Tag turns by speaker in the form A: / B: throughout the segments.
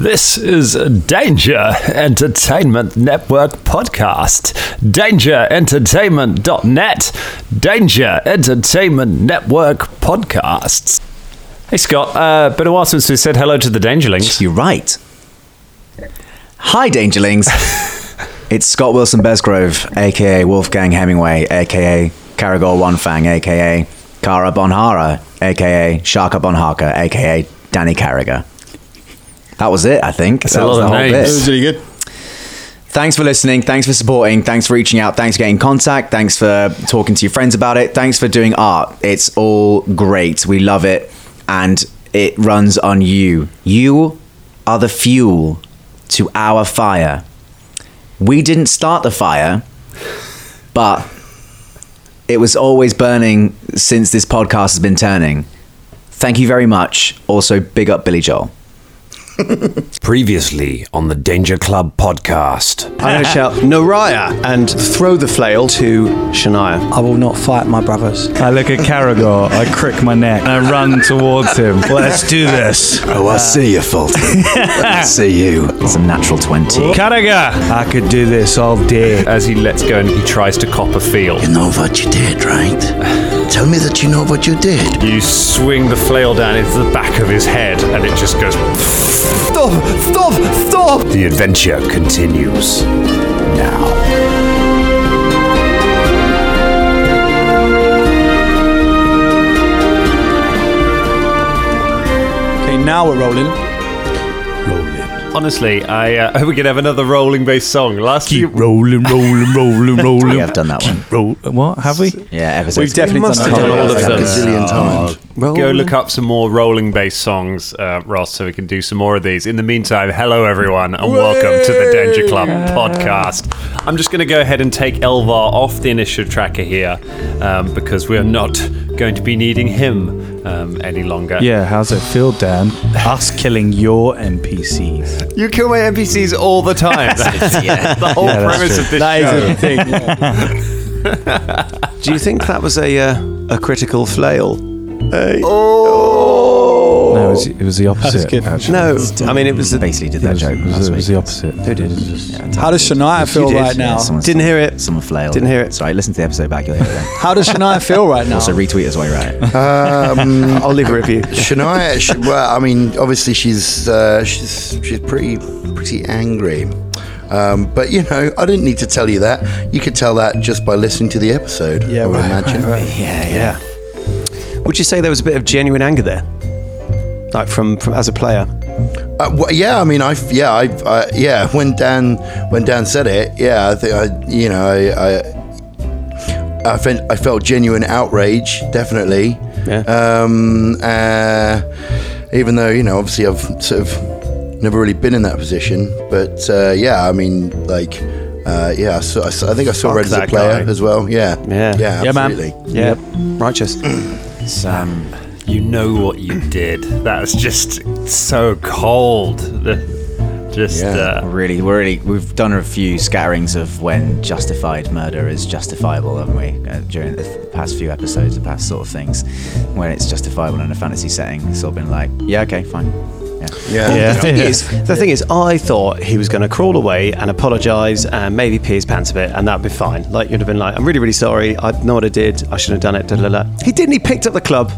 A: This is Danger Entertainment Network podcast. DangerEntertainment.net. Danger Entertainment Network podcasts.
B: Hey Scott, uh, been a while since we said hello to the Dangerlings.
C: You're right. Hi, Dangerlings. it's Scott Wilson Besgrove, aka Wolfgang Hemingway, aka Caragor Onefang, aka Cara Bonhara, aka Sharka Bonhaka, aka Danny Carragher. That was it, I think.
B: a
C: that
B: lot
C: was
B: of
C: the whole
B: names.
C: bit.
D: That was really good.
C: Thanks for listening. Thanks for supporting. Thanks for reaching out. Thanks for getting in contact. Thanks for talking to your friends about it. Thanks for doing art. It's all great. We love it. And it runs on you. You are the fuel to our fire. We didn't start the fire, but it was always burning since this podcast has been turning. Thank you very much. Also, big up Billy Joel.
E: Previously on the Danger Club podcast.
D: I'm going to shout Naraya and throw the flail to Shania.
F: I will not fight my brothers.
G: I look at Caragor, I crick my neck, and I run towards him. Let's do this.
E: Oh, I see you, Fulton. I see you.
C: It's a natural 20.
G: Caragor! I could do this all day.
B: As he lets go and he tries to cop a feel,
H: You know what you did, right? Tell me that you know what you did.
B: you swing the flail down into the back of his head and it just goes.
E: Stop! Stop! Stop! The adventure continues now.
F: Okay, now we're rolling.
B: Honestly, I uh, hope we can have another rolling based song. Last few-
G: rolling, rolling, rolling, rolling.
C: We have done that one.
G: Roll. What? Have we?
C: Yeah, Oh, ever since.
D: We've definitely done that.
B: done all of
D: Yeah.
B: them.
H: gazillion times.
B: Go look up some more rolling based songs, uh, Ross, so we can do some more of these. In the meantime, hello everyone, and welcome to the Danger Club podcast. I'm just going to go ahead and take Elvar off the initiative tracker here um, because we are not going to be needing him um, any longer.
G: Yeah, how's it feel, Dan? Us killing your NPCs.
B: You kill my NPCs all the time. That's the whole
G: Yeah, that's
B: premise
G: true.
B: of this
D: That
B: show.
D: is a thing. Do you think that was a uh, a critical flail? Hey. Oh.
G: No, it was, it was the opposite.
D: good.
G: actually.
D: No, I mean it was. A,
C: basically did
G: It
C: that
G: was,
C: joke
G: it
C: last
G: was- it was
C: week.
G: the opposite. Who did?
F: How does Shania feel
D: did.
F: right now?
C: Yeah, someone-
D: Didn't hear it.
C: Someone flailed.
D: Didn't hear it.
C: Sorry, listen to the episode back. You'll hear it then.
F: How does Shania feel right now?
C: also, retweet us while you're at it.
H: Um,
D: I'll leave a review.
H: Shania, she, well, I mean, obviously she's uh, she's she's pretty pretty angry, um, but you know, I didn't need to tell you that. You could tell that just by listening to the episode.
F: Yeah,
H: I would
F: right,
H: imagine.
D: Yeah, yeah. Would you say there was a bit of genuine anger there, like from, from as a player?
H: Uh, well, yeah, I mean, I yeah, I uh, yeah. When Dan when Dan said it, yeah, I think I you know I I, I, felt, I felt genuine outrage, definitely.
D: Yeah.
H: Um, uh, even though you know, obviously, I've sort of never really been in that position, but uh, yeah, I mean, like. Uh, yeah, I, saw, I, saw- I think I saw
D: Fuck
H: Red as a
D: that
H: player
D: guy.
H: as well. Yeah,
D: Yeah.
H: yeah,
F: Yeah, man.
H: absolutely.
D: Yeah, righteous.
C: um,
B: You know what you did. That's just so cold. The- Just
H: Yeah.
B: uh,
C: Really, we're really, we've done a few scatterings of when justified murder is justifiable, haven't we? Uh, during the f- past few episodes, the past sort of things, when it's justifiable in a fantasy setting, it's all been like, yeah, okay, fine. Yeah.
H: Yeah,
D: The thing is, the thing is, I thought he was going to crawl away and apologise and maybe pee his pants a bit, and that'd be fine. Like you'd have been like, "I'm really, really sorry. I know what I did. I shouldn't have done it." Da, da, da. He didn't. He picked up the club.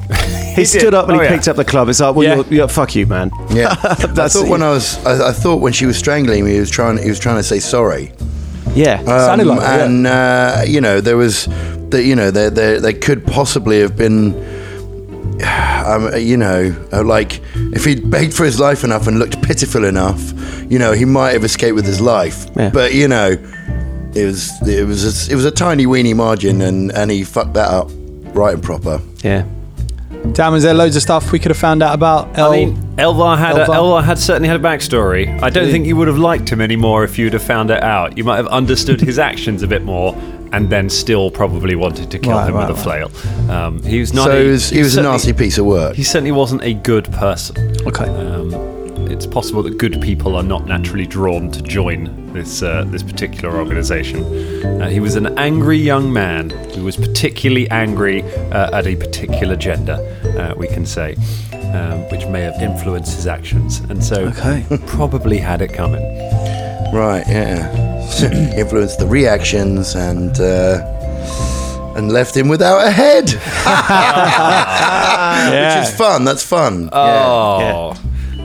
D: He, stood up and
B: Oh,
D: he
B: yeah.
D: picked up the club. It's like, well,
B: Yeah.
D: you're, you're, fuck you, man.
H: Yeah,
D: That's-
H: I thought when I was, I, I thought when she was strangling me, he was trying, he was trying to say sorry.
D: Yeah.
F: Sounded
H: Um,
F: like it, yeah.
H: and uh, you know there was that you know there, there there could possibly have been um, you know uh, like if he'd begged for his life enough and looked pitiful enough you know he might have escaped with his life
D: Yeah.
H: but you know it was it was a, it was a tiny weeny margin and and he fucked that up right and proper
D: yeah.
F: Damn, is there loads of stuff we could have found out about El?
B: I mean, Elvar had A,
F: Elvar.
B: Elvar had certainly had a backstory. I don't think you would have liked him anymore if you'd have found it out. You might have understood his actions a bit more, and then still probably wanted to kill
F: Right,
B: him
F: right,
B: with a flail. Um, he was not.
H: so
B: a,
H: he was, he was a
B: certainly-
H: nasty piece of work
B: He certainly wasn't a good person.
F: okay.
B: Um, it's possible that good people are not naturally drawn to join this uh, this particular organisation. Uh, he was an angry young man who was particularly angry uh, at a particular gender, uh, we can say. um, which may have influenced his actions, and so probably had it coming.
H: Right, yeah. Influenced the reactions and uh, and left him without a head, which is fun. That's fun.
A: Uh,
B: Oh.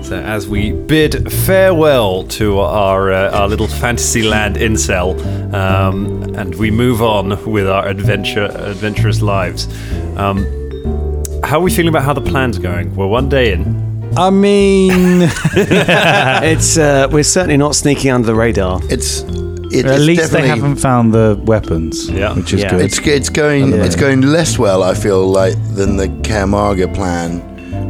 B: So as we bid farewell to our uh, our little Fantasyland incel, um, and we move on with our adventure adventurous lives. Um, how are we feeling about how the plan's going? We're one day in.
F: I mean,
D: It's uh, we're certainly not sneaking under the radar.
H: It's it,
G: At
H: it's
G: least they
H: definitely,
G: haven't found the weapons,
B: Yeah.
G: which is
D: Yeah.
G: good.
H: It's it's going it's going less well. I feel like than the Camarga plan.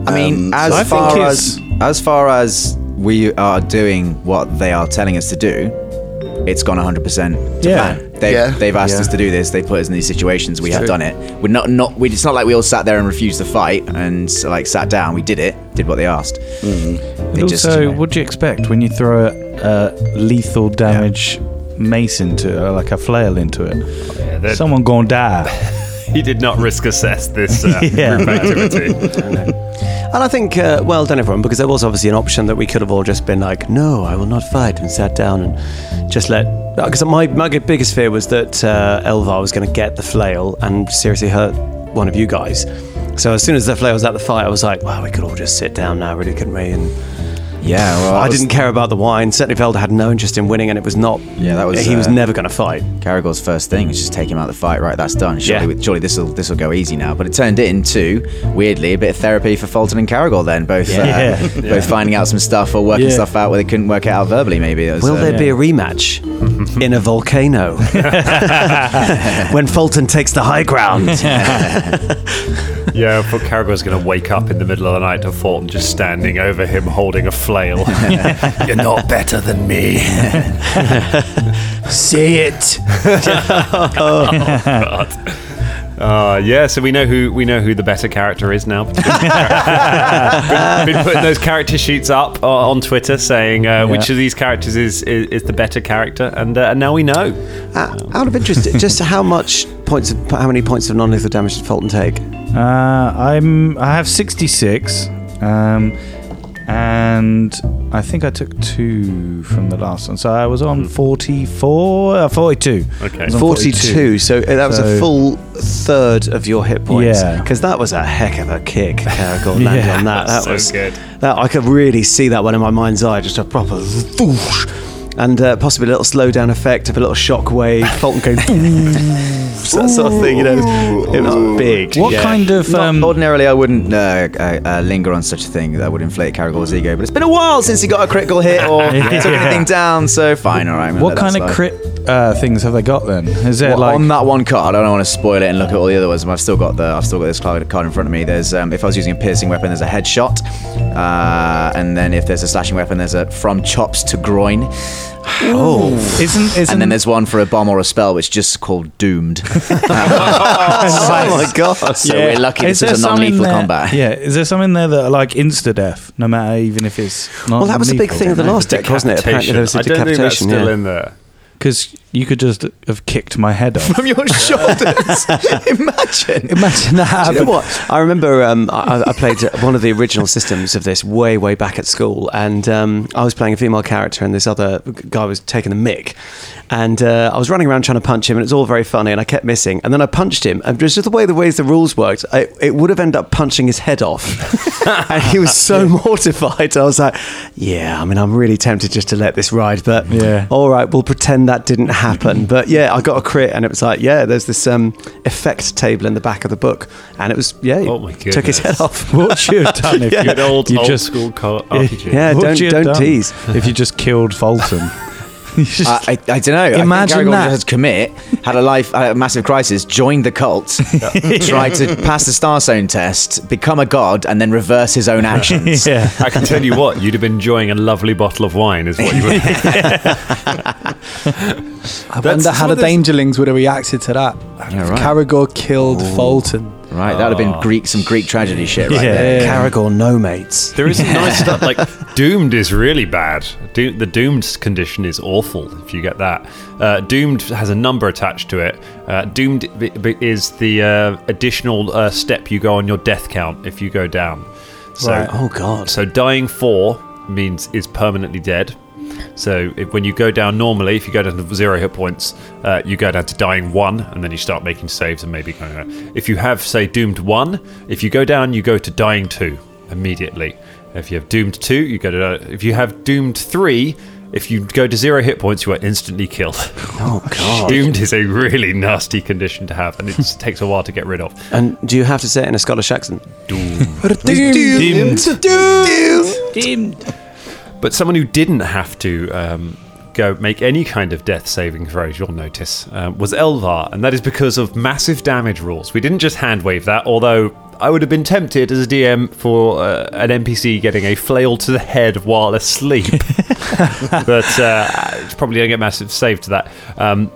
C: I mean,
H: Um,
C: as
H: so-
D: I think
C: far as
D: it's-
C: as far as we are doing what they are telling us to do, it's gone 100 percent to
G: Yeah.
C: plan. They,
H: Yeah.
C: They've asked
H: Yeah.
C: us to do this. They put us in these situations. We have done it. We're not not. We, it's not like we all sat there and refused to fight and like sat down. We did it. Did what they asked. It
G: also,
C: just, you know-
G: what do you expect when you throw a, a lethal damage mace into it, or like a flail into it?
B: that-
G: Someone gonna die.
B: He did not risk assess this uh,
G: Yeah.
B: group activity.
D: And I think, uh, well done, everyone, because there was obviously an option that we could have all just been like, no, I will not fight, and sat down and just let. Because my, my biggest fear was that uh, Elvar was going to get the flail and seriously hurt one of you guys. So as soon as the flail was out the fire, I was like, well, we could all just sit down now, really, couldn't we? And
C: Yeah. Well,
D: I didn't care about the wine. Certainly, Velda had no interest in winning, and it was not.
C: Yeah, that was,
D: He was
C: uh,
D: never going to fight.
C: Caragor's first thing is just take him out of the fight. Right, that's done. Surely,
D: Yeah.
C: with- surely this will this will go easy now. But it turned into weirdly a bit of therapy for Fulton and Caragor. Then both uh,
G: Yeah.
C: both finding out some stuff or working
G: Yeah.
C: stuff out where they couldn't work it out verbally. Maybe it was,
D: Will
C: uh,
D: there be a rematch in a volcano when Fulton takes the high ground?
B: yeah, but Caragor's going to wake up in the middle of the night to Fulton just standing over him holding a flail.
E: You're not better than me.
D: Say it.
B: Uh, yeah, so we know who we know who the better character is now. been, been putting those character sheets up uh, on Twitter, saying uh, which of these characters is is, is the better character, and uh, and now we know.
D: Uh, out of interest, just how much points, of, how many points of non-lethal damage did Fulton take?
G: Uh, I'm. I have 66, um, and I think I took two from the last one, so I was on 44, uh, 42.
B: Okay.
G: I was on
D: Forty-two. So uh, that was a
G: So-
D: full third of your hit points.
G: Yeah.
D: because that was a heck of a kick. Caragor landed
G: Yeah.
D: on that. That
B: So
D: was
B: good.
D: That I could really see that one in my mind's eye, just a proper whoosh, and uh, possibly a little slowdown effect of a little shock wave. Fulton going. that sort of thing. You know, it was, it was big.
G: What
D: yeah.
G: kind of
C: Not-
G: um,
C: ordinarily, I wouldn't uh, uh, uh, linger on such a thing that would inflate Caragor's ego. But it's been a while since he got a critical hit or took anything down. So fine, all right. I'm gonna
G: what
C: let that
G: kind of
C: slide.
G: crit uh, things have they got then? Is there
C: Well,
G: like
C: on that one card, I don't want to spoil it and look at all the other ones. I've still got the I've still got this card card in front of me. There's um, if I was using a piercing weapon, there's a headshot, uh, and then if there's a slashing weapon, there's a from chops to groin. Oh,
G: isn't isn't
C: and then there's one for a bomb or a spell, which is just called doomed.
D: Oh my god!
C: so we're lucky
G: Is
C: this
G: there
C: is a
G: some in
C: non-lethal
G: there-
C: combat.
G: Yeah, is there something there that are like insta death, no matter even if it's not
D: Well, that was a big thing of the last deck, wasn't it? Apparently,
B: Decapitation.
D: there was a
B: I don't think that's
D: decapitation.
B: still
D: yeah.
B: in there.
G: because you could just have kicked my head off.
C: From your shoulders, imagine.
G: Imagine that
D: Do you
G: happened.
D: know what? I remember um, I, I played one of the original systems of this way, way back at school, and um, I was playing a female character, and this other guy was taking the mick, and uh, I was running around trying to punch him, and it was all very funny, and I kept missing, and then I punched him, and just the way the ways the rules worked, I, it would have ended up punching his head off, and he was so mortified. I was like, yeah, I mean, I'm really tempted just to let this ride, but
G: Yeah.
D: all right, we'll pretend that didn't happen. But yeah, I got a crit, and it was like, yeah, there's this um, effect table in the back of the book, and it was yeah,
B: Oh my
D: took his head
B: goodness.
D: off.
G: What you have done if
D: Yeah.
G: you
B: Good old
G: you
B: old
G: just-
B: school co- RPG.
D: Yeah,
G: what
D: don't
G: you have
D: don't
G: done
D: tease.
G: If you just killed Fulton, You just-
C: I, I, I don't know.
G: Imagine
C: I think Garagorn
G: that.
C: Had to commit, had a life, had a massive crisis, joined the cult, tried to pass the Star Stone test, become a god, and then reverse his own actions.
G: yeah.
B: I can tell you what, you'd have been enjoying a lovely bottle of wine, is what you would.
F: I wonder how the Dangerlings would have reacted to that.
C: Yeah,
F: If
C: right.
F: Caragor killed Fulton.
C: Right, that would have been Greek, some Greek tragedy shit, right
G: Yeah.
C: there.
D: Caragor no mates.
B: There is some nice stuff like Doomed is really bad. Do- the Doomed condition is awful if you get that. Uh, doomed has a number attached to it. Uh, doomed b- b- is the uh, additional uh, step you go on your death count if you go down. So, oh god. So dying four means is permanently dead. So if, when you go down normally, if you go down to zero hit points, uh, you go down to dying one, and then you start making saves and maybe going. Out. If you have say doomed one, if you go down, you go to dying two immediately. If you have doomed two, you go to. if you have doomed three. If you go to zero hit points, you are instantly killed. Oh god! Doomed is a really nasty condition to have, and it just takes a while to get rid of.
D: And do you have to say it in a Scottish accent?
B: But someone who didn't have to um, go make any kind of death saving throws, you'll notice, um, was Elvar, and that is because of massive damage rules. We didn't just hand wave that, although I would have been tempted as a DM for uh, an NPC getting a flail to the head while asleep. but uh, it's probably going to get massive save to that. Um,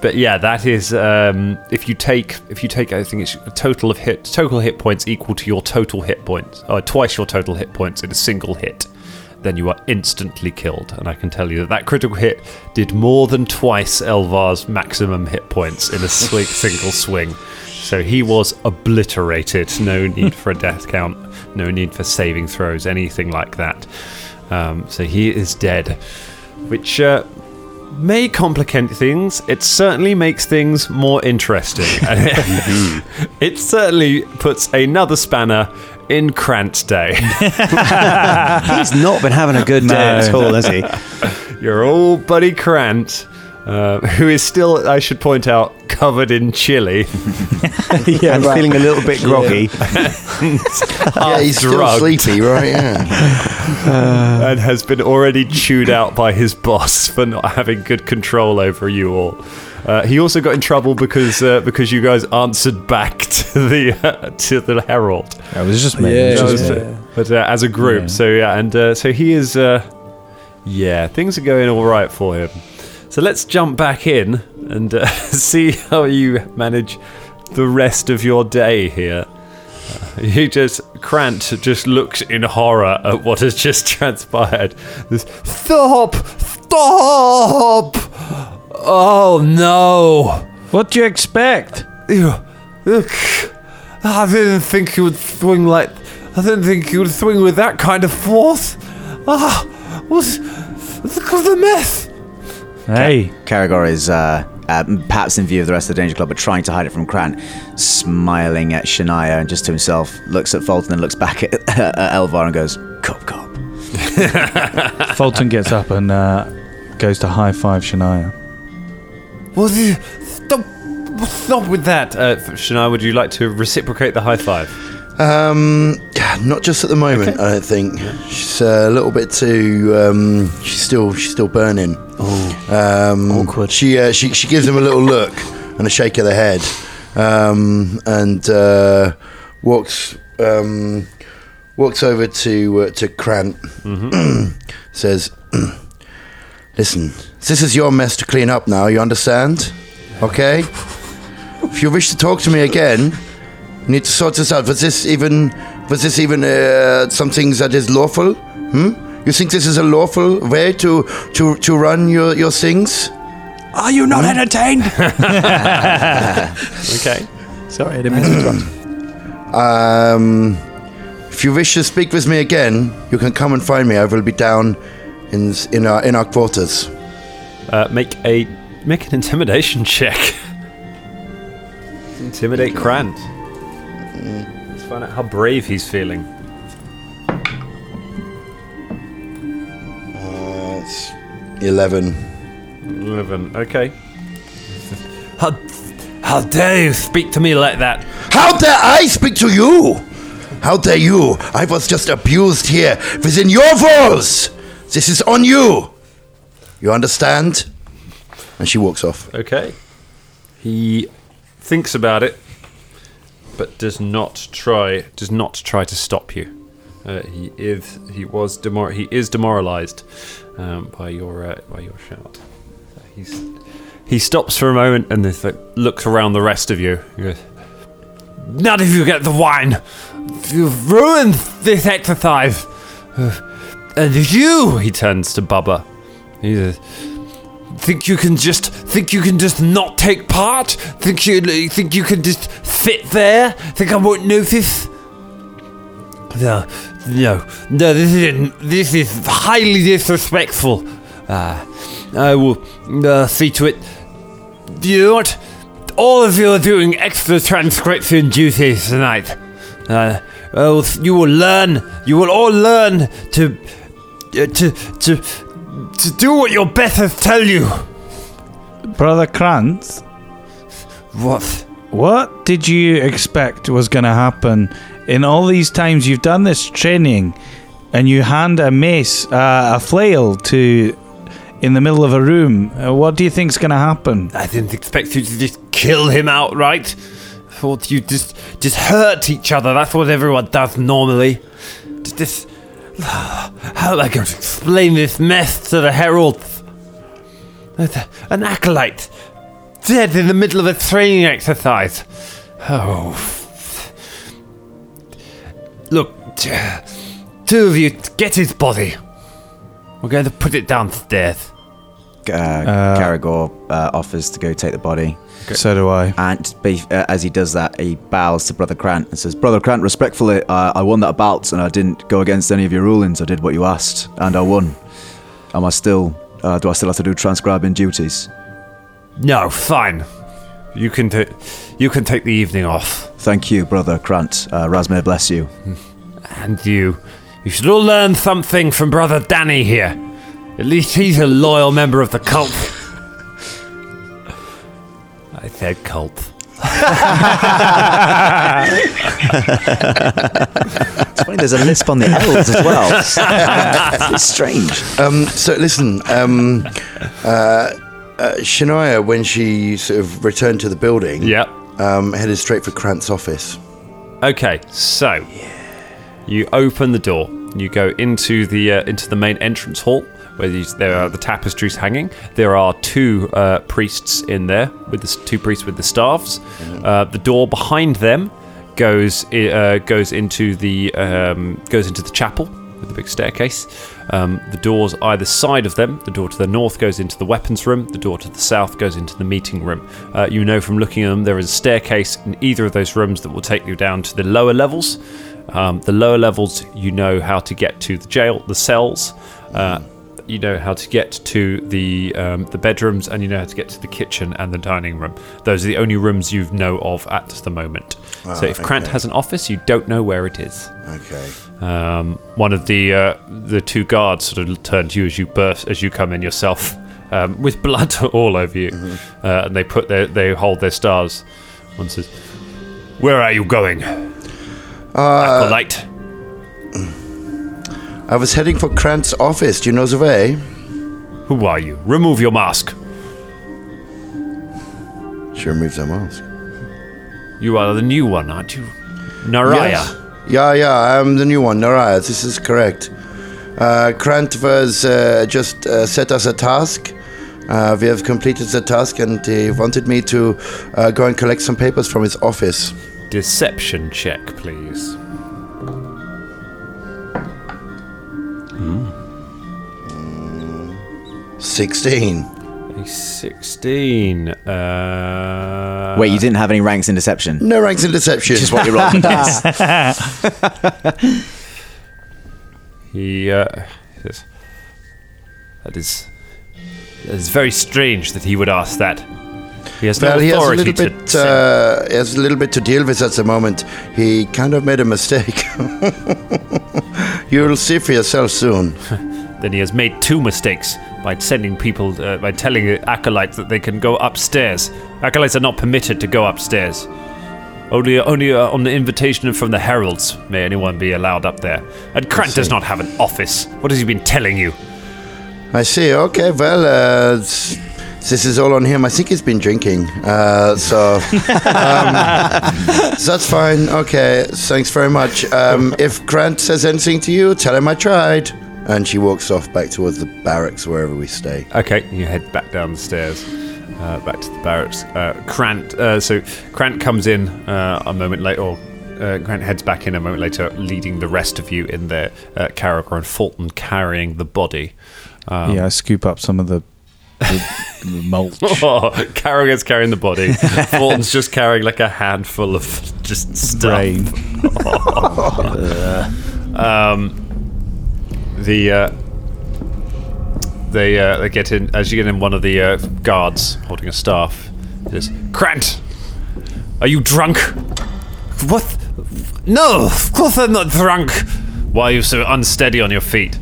B: but yeah, that is um, if you take if you take I think it's a total of hit total hit points equal to your total hit points or twice your total hit points in a single hit, then you are instantly killed. And I can tell you that that critical hit did more than twice Elvar's maximum hit points in a swi- single swing. So he was obliterated. No need for a death count. No need for saving throws. Anything like that. Um, so he is dead, which uh, may complicate things. It certainly makes things more interesting. it certainly puts another spanner in Krantz Day.
D: He's not been having a good day at all, has he?
B: Your old buddy Krant, uh, who is still, I should point out, covered in chili.
D: yeah, I'm feeling a little bit groggy.
H: yeah, he's still
B: drugged.
H: sleepy, right? Yeah.
B: and has been already chewed out by his boss for not having good control over you all. Uh, he also got in trouble because uh, because you guys answered back to the uh, to the herald,
G: It was just me.
F: Yeah.
G: It was just
F: Yeah.
G: me.
B: but uh, as a group. So yeah, and uh, so he is. Uh, yeah, things are going all right for him. So let's jump back in and uh, see how you manage the rest of your day here. Uh, He just Krant just looks in horror at what has just transpired. This stop, stop! Oh no!
G: What do you expect?
B: You- Look, I didn't think you would swing like. I didn't think you would swing with that kind of force. Ah, what? Look at the mess.
G: Hey,
C: Caragor is uh, uh, perhaps in view of the rest of the Danger Club, but trying to hide it from Krant, smiling at Shania and just to himself, looks at Fulton and looks back at, at Elvar and goes, Cop, cop.
G: Fulton gets up and uh, goes to high five Shania.
B: What is, stop, stop with that. Uh, Shania, would you like to reciprocate the high five?
H: Um, not just at the moment. I don't think she's uh, a little bit too. Um, she's still she's still burning. Oh, um, awkward. She uh, she she gives him a little look and a shake of the head, um, and uh, walks um, walks over to uh, to Krant. Mm-hmm. says, "Listen, this is your mess to clean up now. You understand? Okay. If you wish to talk to me again." You need to sort this out. Was this even was this even uh, something that is lawful? Hmm? You think this is a lawful way to to to run your your things? Hmm?
E: Are you not entertained?
B: Okay.
F: Sorry, I didn't mean to interrupt.
H: Um, if you wish to speak with me again, you can come and find me. I will be down in s- in our in our quarters.
B: Uh, make a make an intimidation check. Intimidate Krant. Let's find out how brave he's feeling.
H: Eleven.
B: Eleven. Okay. How, how dare you speak to me like that?
H: How dare I speak to you? How dare you? I was just abused here within your walls. This is on you. You understand? And she walks off.
B: Okay. He thinks about it, but does not try does not try to stop you. Uh, he is he was demor- he is demoralized um, by your uh, by your shout. He's he stops for a moment and then th- looks around the rest of you. He goes, None of you get the wine. You've ruined this exercise. Uh, and you, he turns to Bubba. He says, Think you can just think you can just not take part? Think you think you can just sit there? Think I won't notice? No,
A: No, no, this is this is highly disrespectful. Uh, I will uh, see to it. You know what? All of you are doing extra transcription duties tonight. Uh, oh, you will learn. You will all learn to uh, to to to do what your betters tell you.
G: Brother Krantz,
A: What?
G: what did you expect was going to happen in all these times you've done this training and you hand a mace, uh, a flail to in the middle of a room? Uh, what do you think's going to happen?
A: I didn't expect you to just kill him outright. I thought you just just hurt each other. That's what everyone does normally. Just, this how am I going to explain this mess to the heralds? That- An acolyte dead in the middle of a training exercise. Oh, look, t- two of you get his body. We're going to put it downstairs.
C: Uh, Caragor uh, offers to go take the body.
G: So do I.
C: And be, uh, as he does that, he bows to Brother Krant and says, Brother Krant, respectfully, uh, I won that bout and I didn't go against any of your rulings. I did what you asked and I won. Am I still, uh, do I still have to do transcribing duties?
A: No, fine. You can ta- you can take the evening off,
C: Thank you, Brother Krant. Uh, Rasmir bless you.
A: and you you should all learn something from Brother Danny here. At least he's a loyal member of the cult. I said cult.
C: It's funny, there's a lisp on the L's as well. it's strange.
H: Um, so listen, um, uh, uh, Shania, when she sort of returned to the building, um, headed straight for Krant's office.
A: Okay, so you open the door. You go into the uh, into the main entrance hall where these, there are the tapestries hanging. There are two uh, priests in there with the, s- two priests with the staffs. Uh, the door behind them goes i- uh, goes into the um, goes into the chapel with the big staircase. Um, the doors either side of them, the door to the north goes into the weapons room, the door to the south goes into the meeting room. Uh, you know from looking at them, there is a staircase in either of those rooms that will take you down to the lower levels. Um, the lower levels, you know how to get to the jail, the cells. Uh, you know how to get to the um, the bedrooms, and you know how to get to the kitchen and the dining room. Those are the only rooms you know of at the moment. so if Krant has an office, you don't know where it is.
H: Okay.
A: Um, one of the uh, the two guards sort of turned to you as you burst as you come in yourself, um, with blood all over you, uh, and they put their they hold their stars. One says, "Where are you going, acolyte?"
H: I was heading for Krant's office. Do you know the way?
A: Who are you? Remove your mask.
H: She removes her mask.
A: You are the new one, aren't you? Naraya.
H: Yes. Yeah, yeah, I'm the new one, Naraya. This is correct. Uh, Krant was uh, just uh, set us a task. Uh, we have completed the task, and he wanted me to uh, go and collect some papers from his office.
A: Deception check, please.
H: Sixteen.
A: A 16. Uh,
C: Wait, you didn't have any ranks in deception?
H: No ranks in deception.
C: Just what you rolled. Yes.
A: He uh, says, That is. That is very strange that he would ask that. He has no
H: Well,
A: authority
H: he has a little
A: to.
H: bit. Uh, he has a little bit to deal with at the moment. He kind of made a mistake. You'll see for yourself soon.
A: then he has made two mistakes by sending people, uh, by telling acolytes that they can go upstairs. Acolytes are not permitted to go upstairs. Only, only uh, on the invitation from the heralds may anyone be allowed up there. And Krant does not have an office. What has he been telling you?
H: I see. Okay. Well, uh, s- this is all on him. I think he's been drinking. Uh, so um, that's fine. Okay. Thanks very much. Um, if Grant says anything to you, tell him I tried. And she walks off back towards the barracks wherever we stay.
A: Okay, you head back down the stairs, uh, back to the barracks. Uh, Krant, uh, so Krant comes in uh, a moment later, or uh, Krant heads back in a moment later, leading the rest of you in there, uh, Carricker and Fulton carrying the body.
G: yeah, I scoop up some of the, the mulch.
A: Oh, Carragher's carrying the body. Fulton's just carrying like a handful of just stuff.
G: Brain.
B: Um, the uh, they uh, they get in as you get in one of the uh, guards holding a staff. it Is Krant, are you drunk? What? No, of course I'm not drunk. Why are you so unsteady on your feet?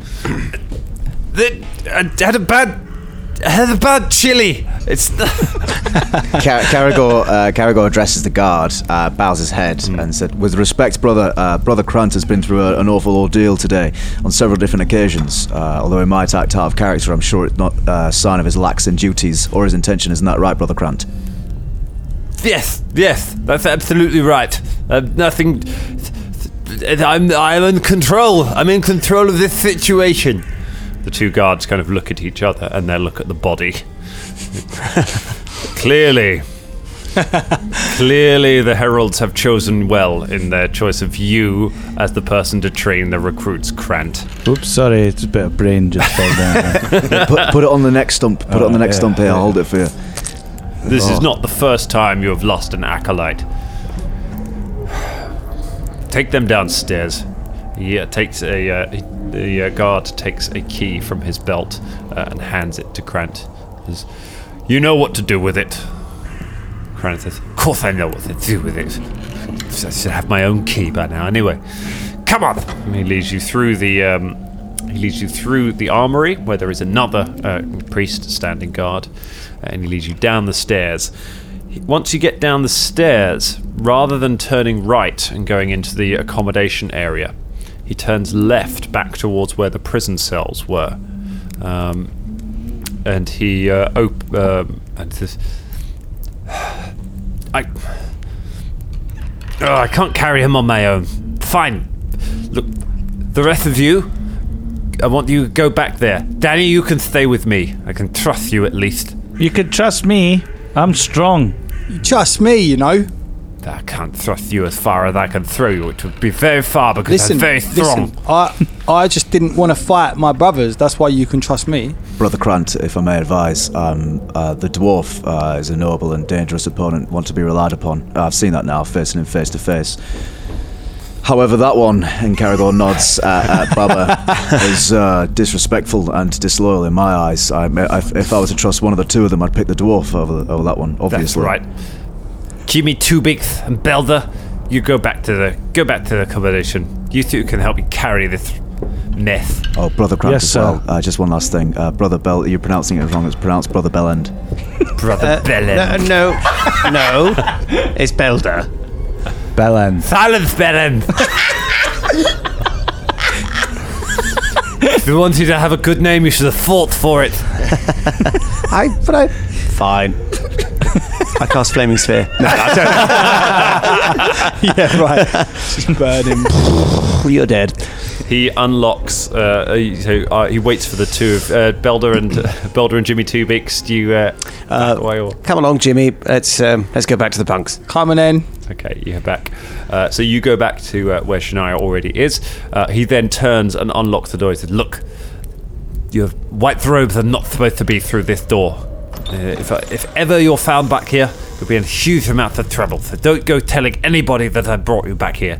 B: That I had a bad I had a bad chili. It's
C: Car- Caragor, uh, Caragor addresses the guard, uh, bows his head, and said, "With respect, brother, uh, brother Crunt has been through a, an awful ordeal today on several different occasions. Uh, although in my type of character, I'm sure it's not uh, a sign of his lax in duties or his intention. Isn't that right, brother Crunt?"
B: Yes, yes, that's absolutely right. Uh, nothing. I'm, I'm in control. I'm in control of this situation. The two guards kind of look at each other and then look at the body. clearly, clearly, the heralds have chosen well in their choice of you as the person to train the recruits, Krant.
G: Oops, sorry, it's a bit of brain just fell down. there.
C: put, put it on the next stump. Put it on the next stump here. I'll hold it for you.
B: This is not the first time you have lost an acolyte. Take them downstairs. He uh, takes a uh, he- the uh, guard takes a key from his belt uh, and hands it to Krant. Says, you know what to do with it. Krant says, "Of course I know what to do with it. I should have my own key by now. Anyway, come on." And he leads you through the um, he leads you through the armory where there is another uh, priest standing guard, and he leads you down the stairs. He- Once you get down the stairs, rather than turning right and going into the accommodation area, he turns left back towards where the prison cells were. Um, and he uh, op- um and says, I, oh, I can't carry him on my own. Fine. Look, the rest of you, I want you to go back there. Danny, you can stay with me. I can trust you at least.
G: you could trust me. I'm strong.
F: Trust me, you know.
B: I can't thrust you as far as I can throw you, which would be very far because
F: Listen,
B: I'm very strong.
F: listen. I I just didn't want to fight my brothers. That's why you can trust me.
C: Brother Crunt, if I may advise, um, uh, the dwarf uh, is a noble and dangerous opponent, one to be relied upon. Uh, I've seen that now, facing him face to face. However, that one, and Caragor nods at, at Baba, is uh, disrespectful and disloyal in my eyes. I, I, if I were to trust one of the two of them, I'd pick the dwarf over, over that one,
B: That's
C: obviously.
B: right. Jimmy Tubix and Belda, you go back to the go back to the accommodation. You two can help me carry this mess.
C: Oh, Brother Crunt
G: Yes,
C: as
G: sir.
C: well. Uh, just one last thing. Uh, Brother Bell, you're pronouncing it wrong. It's pronounced Brother Bellend.
B: Brother Belen.
D: Uh, No, no, no. It's Belder.
G: Belen.
B: Silence, Belen! if you wanted to have a good name, you should have fought for it.
D: I, but I. Fine. I cast flaming sphere. No,
F: yeah, right. Just burn him.
D: you're dead.
B: He unlocks. Uh, uh, so uh, he waits for the two of uh, Belder and Belder and Jimmy Tubix. Do you uh, back away or
D: Come along, Jimmy. Let's um, let's go back to the punks.
F: Coming in.
B: Okay, you're back. Uh, so you go back to uh, where Shania already is. Uh, he then turns and unlocks the door. He says, "Look, your white robes are not supposed to be through this door. Uh, if, if ever you're found back here, you'll be in huge amounts of trouble. So don't go telling anybody that I brought you back here.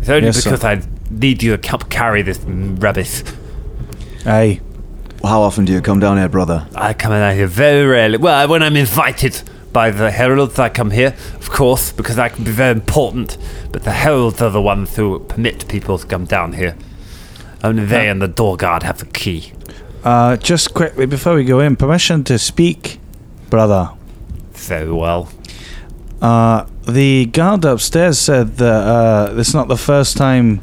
B: It's only
G: Yes, sir.
B: because I need you to help carry this rubbish.
G: Aye.
C: How often do you come down here, brother?
B: I come out here very rarely. Well, when I'm invited by the heralds, I come here, of course, because I can be very important. But the heralds are the ones who permit people to come down here. Only they and the door guard have the key.
G: Uh, just quickly before we go in, permission to speak, brother.
B: Very well.
G: Uh, the guard upstairs said that uh, it's not the first time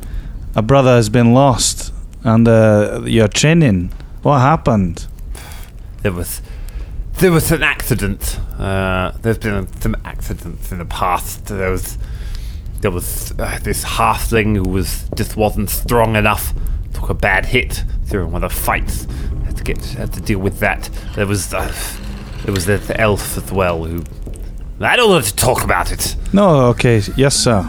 G: a brother has been lost under your training. What happened?
B: There was, there was an accident. Uh, there's been some accidents in the past. There was, there was uh, this halfling who was just wasn't strong enough. Took a bad hit during one of the fights. Had to get, had to deal with that. There was, uh, there was the elf as well who. I don't want to talk about it.
G: No, okay, yes, sir.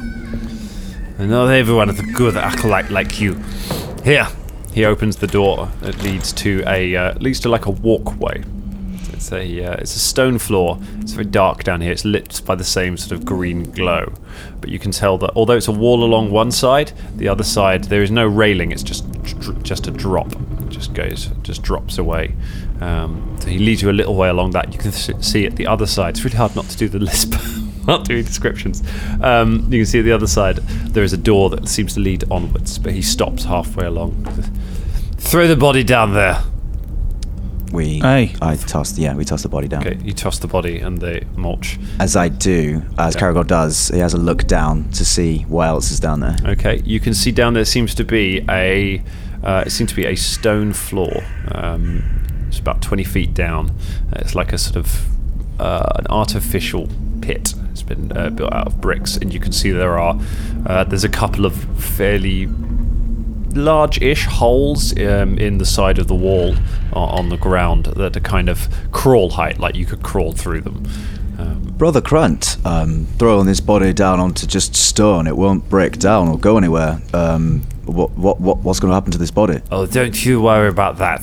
B: And not everyone is a good acolyte like you. Here. He opens the door. It leads to a uh, leads to like a walkway. It's a uh, it's a stone floor. It's very dark down here. It's lit by the same sort of green glow, but you can tell that although it's a wall along one side, the other side there is no railing. It's just dr- just a drop. It just goes just drops away. Um, so he leads you a little way along that. You can s- see at the other side. It's really hard not to do the lisp. Not doing descriptions. Um, you can see at the other side there is a door that seems to lead onwards, but he stops halfway along. Throw the body down there.
C: We,
G: Aye.
C: I tossed. Yeah, we tossed the body down.
B: Okay, you toss the body and the mulch.
C: As I do, as Caragor does, he has a look down to see what else is down there.
B: Okay, you can see down there seems to be a uh, it seems to be a stone floor. Um, it's about twenty feet down. Uh, It's like a sort of uh, an artificial pit. It's been uh, built out of bricks, and you can see there are uh, there's a couple of fairly large-ish holes um, in the side of the wall uh, on the ground that are kind of crawl height, like you could crawl through them. Um,
C: Brother Crunt, um, throwing his body down onto just stone, it won't break down or go anywhere. Um, what, what, what, what's going to happen to this body?
B: Oh, don't you worry about that.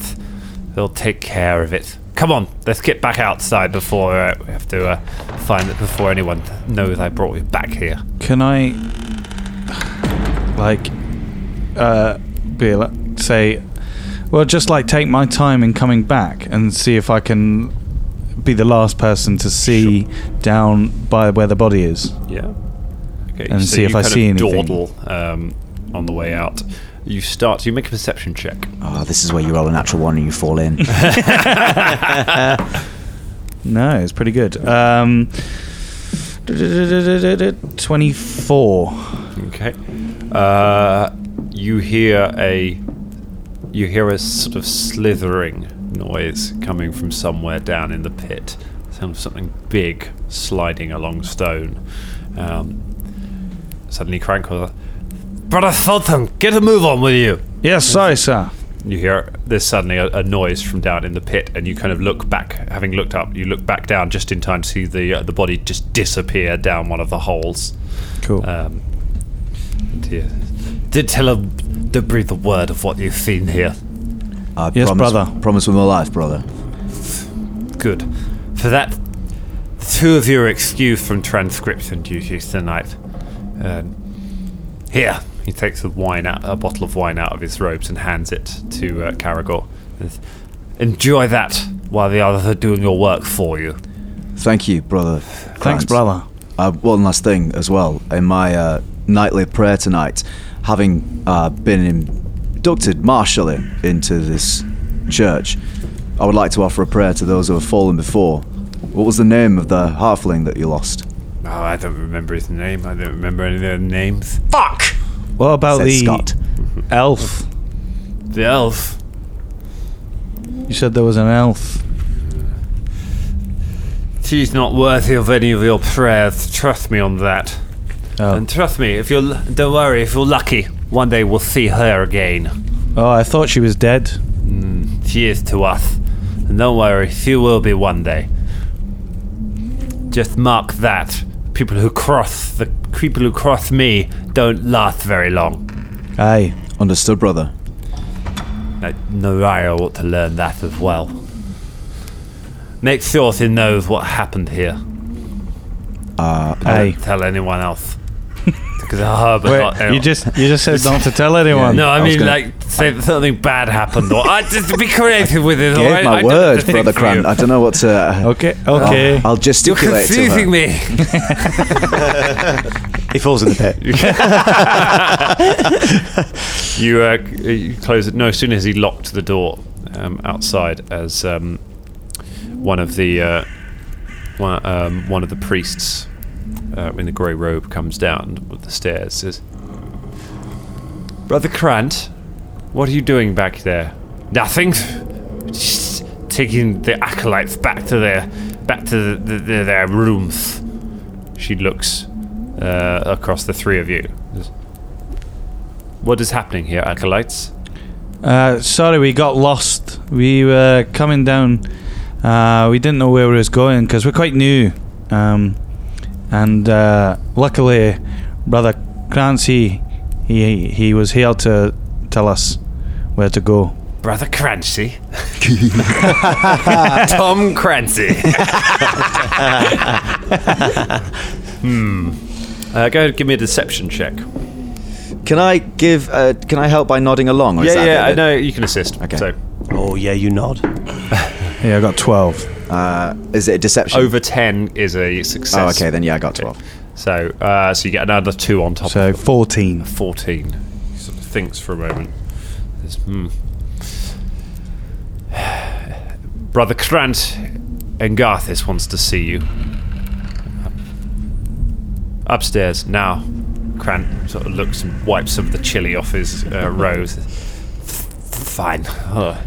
B: They'll take care of it. Come on, let's get back outside before uh, we have to uh, find it before anyone knows I brought you back here.
G: Can I, like, uh, be like, say, well, just like take my time in coming back and see if I can be the last person to see down by where the body is.
B: Yeah. Okay.
G: And see if
B: you
G: I
B: kind
G: see
B: of
G: anything.
B: dawdle, um, on the way out. You start. You make a perception check.
C: Oh, this is where you roll a natural one and you fall in.
G: No, it's pretty good. Um, 24.
B: Okay. Uh, you hear a you hear a sort of slithering noise coming from somewhere down in the pit. Sound of something big sliding along stone. Um, suddenly, Crankle, brother Fulton, get a move on with you.
G: Yes, sorry, sir.
B: You hear there's suddenly a, a noise from down in the pit, and you kind of look back, having looked up. You look back down just in time to see the uh, the body just disappear down one of the holes.
G: Cool.
B: Um, dear. Did tell him to breathe the word of what you've seen here.
C: I
G: Yes,
C: promise,
G: brother.
C: Promise with my life, brother.
B: Good. For that, two of you are excused from transcription duties tonight. Um, here. He takes a wine out, a bottle of wine out of his robes and hands it to uh, Caragor. Enjoy that while the others are doing your work for you.
C: Thank you, brother.
G: Thanks,
C: Crunt.
G: brother.
C: Uh, one last thing as well. In my uh, nightly prayer tonight, having uh, been inducted martially into this church, I would like to offer a prayer to those who have fallen before. What was the name of the halfling that you lost?
B: Oh, I don't remember his name. I don't remember any of their names.
G: What about
C: Says
G: the
C: Scott.
G: elf?
B: The elf.
G: You said there was an elf.
B: She's not worthy of any of your prayers. Trust me on that.
G: Oh.
B: And trust me, if you're l- don't worry, if you're lucky, one day we'll see her again.
G: Oh, I thought she was dead.
B: She is to us, and don't worry, she will be one day. Just mark that. People who cross the people who cross me don't last very long.
G: Aye.
C: Understood, brother.
B: Uh, Naraya ought to learn that as well. Make sure she knows what happened here.
G: Aye.
B: Don't tell anyone else. Because Herbert's not
G: Wait, you just you just said not to tell anyone.
B: No, I,
C: I was
B: mean
C: gonna-
B: like say that something bad happened, or I just be creative with it. all
C: Gave
B: right? I
C: my
B: don't
C: word,
B: have to think
C: brother
B: for you.
C: Cran. I don't know what to.
G: Okay. Okay.
C: I'll
B: You're
C: gesticulate to her.
B: confusing me.
D: He falls in the pit.
B: You, uh, c- you close it. No, as soon as he locked the door um, outside, as um, one of the uh, one, um, one of the priests uh, in the grey robe comes down with the stairs, says, "Brother Krant, what are you doing back there? Nothing. Just taking the acolytes back to their back to the, the, their rooms." She looks uh, across the three of you. What is happening here, acolytes?
G: Uh, sorry, we got lost. We were coming down. Uh, we didn't know where we was going because we're quite new. Um, and uh, luckily, Brother Clancy, he he was here to tell us where to go.
B: Brother Crancy. Tom Crancy. hmm. Uh, go ahead, give me a deception check.
C: Can I give? Uh, can I help by nodding along? Or is that
B: yeah, yeah,
C: it?
B: I know you can assist. Okay. So
D: Oh, yeah, you nod.
G: Yeah, I got 12.
C: Uh, is it a deception?
B: over ten is a
C: Oh,
B: success.
C: okay, then yeah, I got twelve.
B: So uh, so you get another two on top. of
G: So 14.
B: 14. He sort of thinks for a moment. Says, hmm. Brother Krant Engarthis wants to see you. Uh, Upstairs, now. Krant sort of looks and wipes some of the chili off his uh, rose. Fine. Ugh.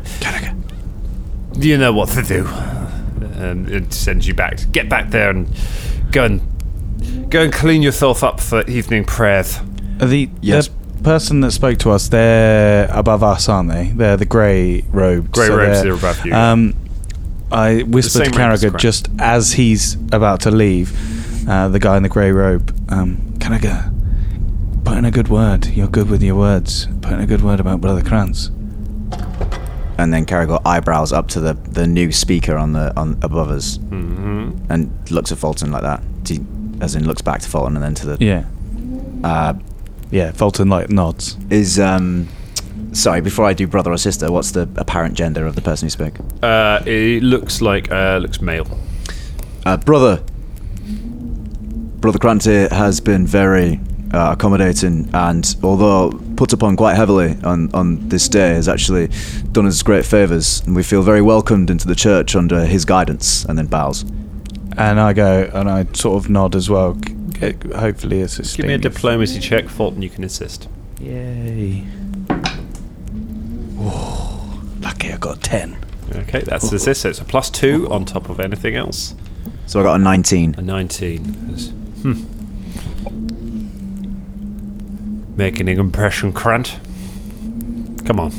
B: You know what to do. And it sends you back. Get back there and go and go and clean yourself up for evening prayers.
G: The,
C: Yes.
G: the person that spoke to us, they're above us, aren't they? They're the grey robed.
B: Grey robes,
G: they're-
B: they're above you.
G: Um, I whispered to
B: same rank as
G: Carragher
B: Grant.
G: just as he's about to leave, uh, the guy in the grey robe, um, Carragher, put in a good word. You're good with your words. Put in a good word about Brother Krantz.
C: And then Carrigal eyebrows up to the, the new speaker on the on above us, mm-hmm. and looks at Fulton like that. Do you- as in, looks back to Fulton and then to the
G: Yeah. Uh, yeah, Fulton, like, nods.
C: is um. Sorry, before I do brother or sister, what's the apparent gender of the person who spoke?
B: Uh, it looks like uh, looks male.
C: Uh, brother, brother Cranty has been very uh, accommodating, and although put upon quite heavily on on this day, has actually done us great favors, and we feel very welcomed into the church under his guidance. And then bows.
G: And I go, and I sort of nod as well, c- c- hopefully assisting.
B: Give me a diplomacy check, Fulton. You can assist.
G: Yay.
F: Lucky I got 10.
B: Okay, that's the assist. So it's a plus two on top of anything else.
C: So I got a nineteen.
B: A nineteen. is- Hmm. Making an impression, Krant. Come on.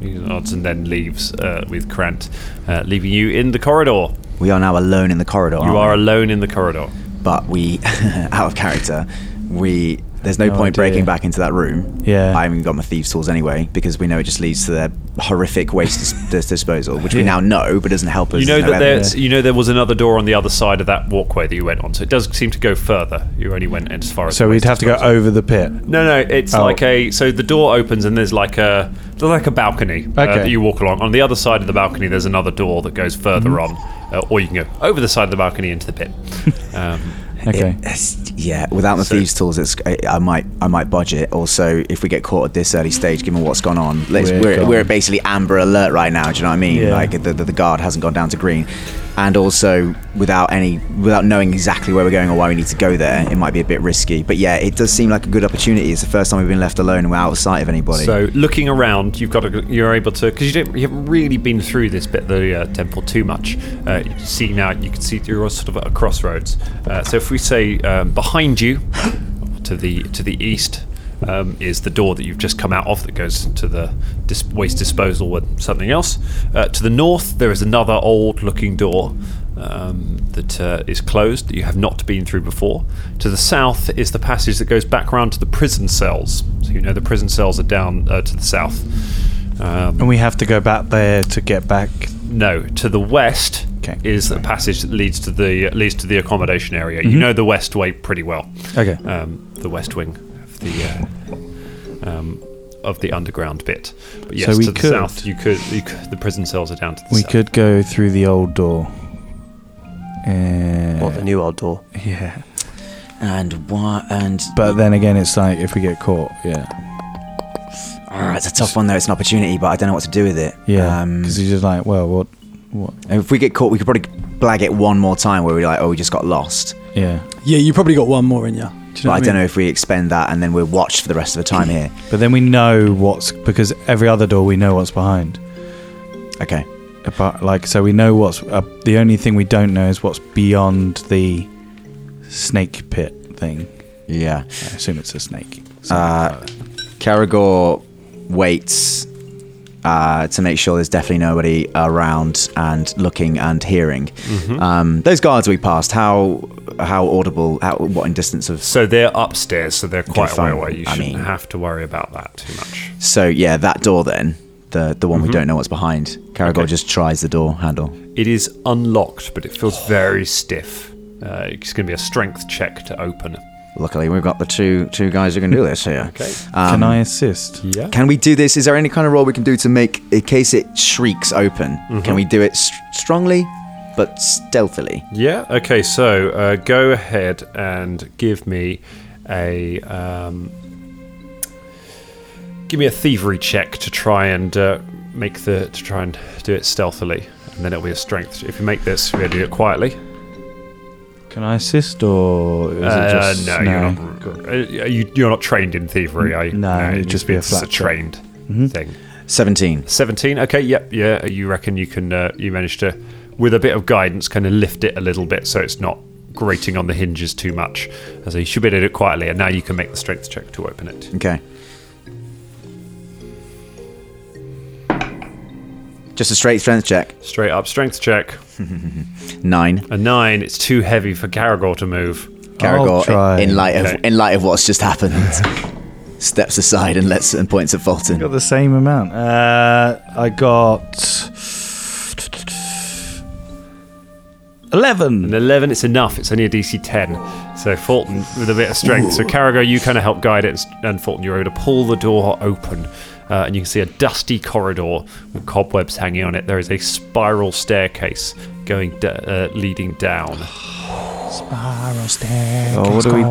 B: He nods and then leaves uh, with Krant, uh, leaving you in the corridor.
C: We are now alone in the corridor.
B: You are alone in the corridor.
C: but we, out of character, we. There's no,
G: No
C: point
G: idea.
C: breaking back into that room.
G: Yeah.
C: I haven't got my thieves' tools anyway because we know it just leads to their horrific waste dis- dis- disposal, which we now know, but doesn't help us.
B: You know
C: There's no
B: that there's,
C: evidence.
B: you know there was another door on the other side of that walkway that you went on. So it does seem to go further. You only went as far as
G: So
B: the
G: we'd
B: waist
G: have to go
B: disposal.
G: over the pit.
B: No, no, it's
G: Oh.
B: like a so the door opens and there's like a there's like a balcony uh,
G: Okay.
B: that you walk along. On the other side of the balcony, there's another door that goes further
G: Mm-hmm.
B: on, uh, or you can go over the side of the balcony into the pit. Um,
G: Okay.
C: It's- yeah, without my thieves' tools, it's, I, I might I might budge it. Also, if we get caught at this early stage, given what's gone on, let's,
G: We're
C: we're, we're,
G: gone.
C: basically amber alert right now. Do you know what I mean?
G: Yeah.
C: Like the, the, the guard hasn't gone down to green, and also without any without knowing exactly where we're going or why we need to go there, it might be a bit risky. But yeah, it does seem like a good opportunity. It's the first time we've been left alone and we're out of sight of anybody.
B: so looking around, you've got to, you're able to because you don't you haven't really been through this bit of the uh, temple too much. Uh, you see now you can see through a sort of a crossroads. Uh, so if we say um, behind you to the to the east. Um, is the door that you've just come out of that goes to the dis- waste disposal and something else. Uh, to the north, there is another old looking door um, that uh, is closed that you have not been through before. To the south is the passage that goes back round to the prison cells. So you know the prison cells are down uh, to the south. Um,
G: And we have to go back there to get back.
B: no, to the west
G: Okay.
B: is the passage that leads to the uh, leads to the accommodation area. You know the west way pretty well.
G: Mm-hmm. Okay.
B: Um, the west wing of the uh, um, of the underground bit. But yes,
G: So we
B: to the
G: could-
B: south you could, you could the prison cells are down to the
G: We
B: south.
G: could go through the old door. Uh,
D: Or the new old door.
G: yeah.
C: and what? And
G: But then again, it's like if we get caught, yeah.
C: oh, it's a tough one though. It's an opportunity, but I don't know what to do with it.
G: Yeah.
C: Um,
G: Because he's just like, well, what? What?
C: and if we get caught, we could probably blag it one more time where we're like, oh, we just got lost.
G: Yeah.
F: Yeah, you probably got one more in you. Do you know
C: But I
F: what
C: don't
F: mean?
C: know if we expend that and then we're watched for the rest of the time here.
G: But then we know what's. Because every other door, we know what's behind.
C: Okay.
G: Apart, like, so we know what's. Uh, the only thing we don't know is what's beyond the snake pit thing.
C: Yeah.
G: I assume it's a snake.
C: Uh, Caragor waits uh, to make sure there's definitely nobody around and looking and hearing.
F: Mm-hmm.
C: Um, those guards we passed, how how audible, how, what in distance of.
B: So they're upstairs, so they're quite a way
C: fine.
B: away. You
C: I
B: shouldn't
C: mean-
B: have to worry about that too much.
C: So, yeah, that door then. the the one
F: Mm-hmm.
C: we don't know what's behind. Caragor
B: Okay.
C: just tries the door handle.
B: It is unlocked, but it feels very stiff. Uh, it's going to be a strength check to open.
C: Luckily, we've got the two two guys who can do this here.
B: Okay.
G: Can I assist?
B: Yeah.
C: Can we do this? Is there any kind of roll we can do to make, in case it shrieks open?
F: Mm-hmm.
C: Can we do it st- strongly, but stealthily?
B: Yeah. Okay. So uh, go ahead and give me a um, give me a thievery check to try and uh, make the to try and do it stealthily, and then it'll be a strength. If you make this, we're gonna do it quietly.
G: Can I assist or is
B: Uh,
G: it just
B: no, you're not. Uh, you, you're not trained in thievery, are you?
G: No, it'd
B: it'd
G: just be a
B: it's
G: flat Mm-hmm. check.
B: trained thing.
C: Seventeen.
B: 17 okay yep yeah you reckon you can uh, you manage to with a bit of guidance kind of lift it a little bit so it's not grating on the hinges too much so you should be able to do it quietly and now you can make the strength check to open it
C: Okay. Just a straight strength check.
B: straight up strength check
C: Nine.
B: a nine it's too heavy for Caragor to move
C: Caragor,
G: try.
C: in, in light of
B: Okay.
C: in light of what's just happened, steps aside and lets and points at Fulton.
G: got the same amount. Uh, I got
B: an
G: eleven.
B: 11 it's enough it's only a dc 10 so fulton with a bit of strength so Caragor, you kind of help guide it and s- and fulton you're able to pull the door open uh, and you can see a dusty corridor with cobwebs hanging on it there is a spiral staircase going d- uh, leading down
G: Oh, what do we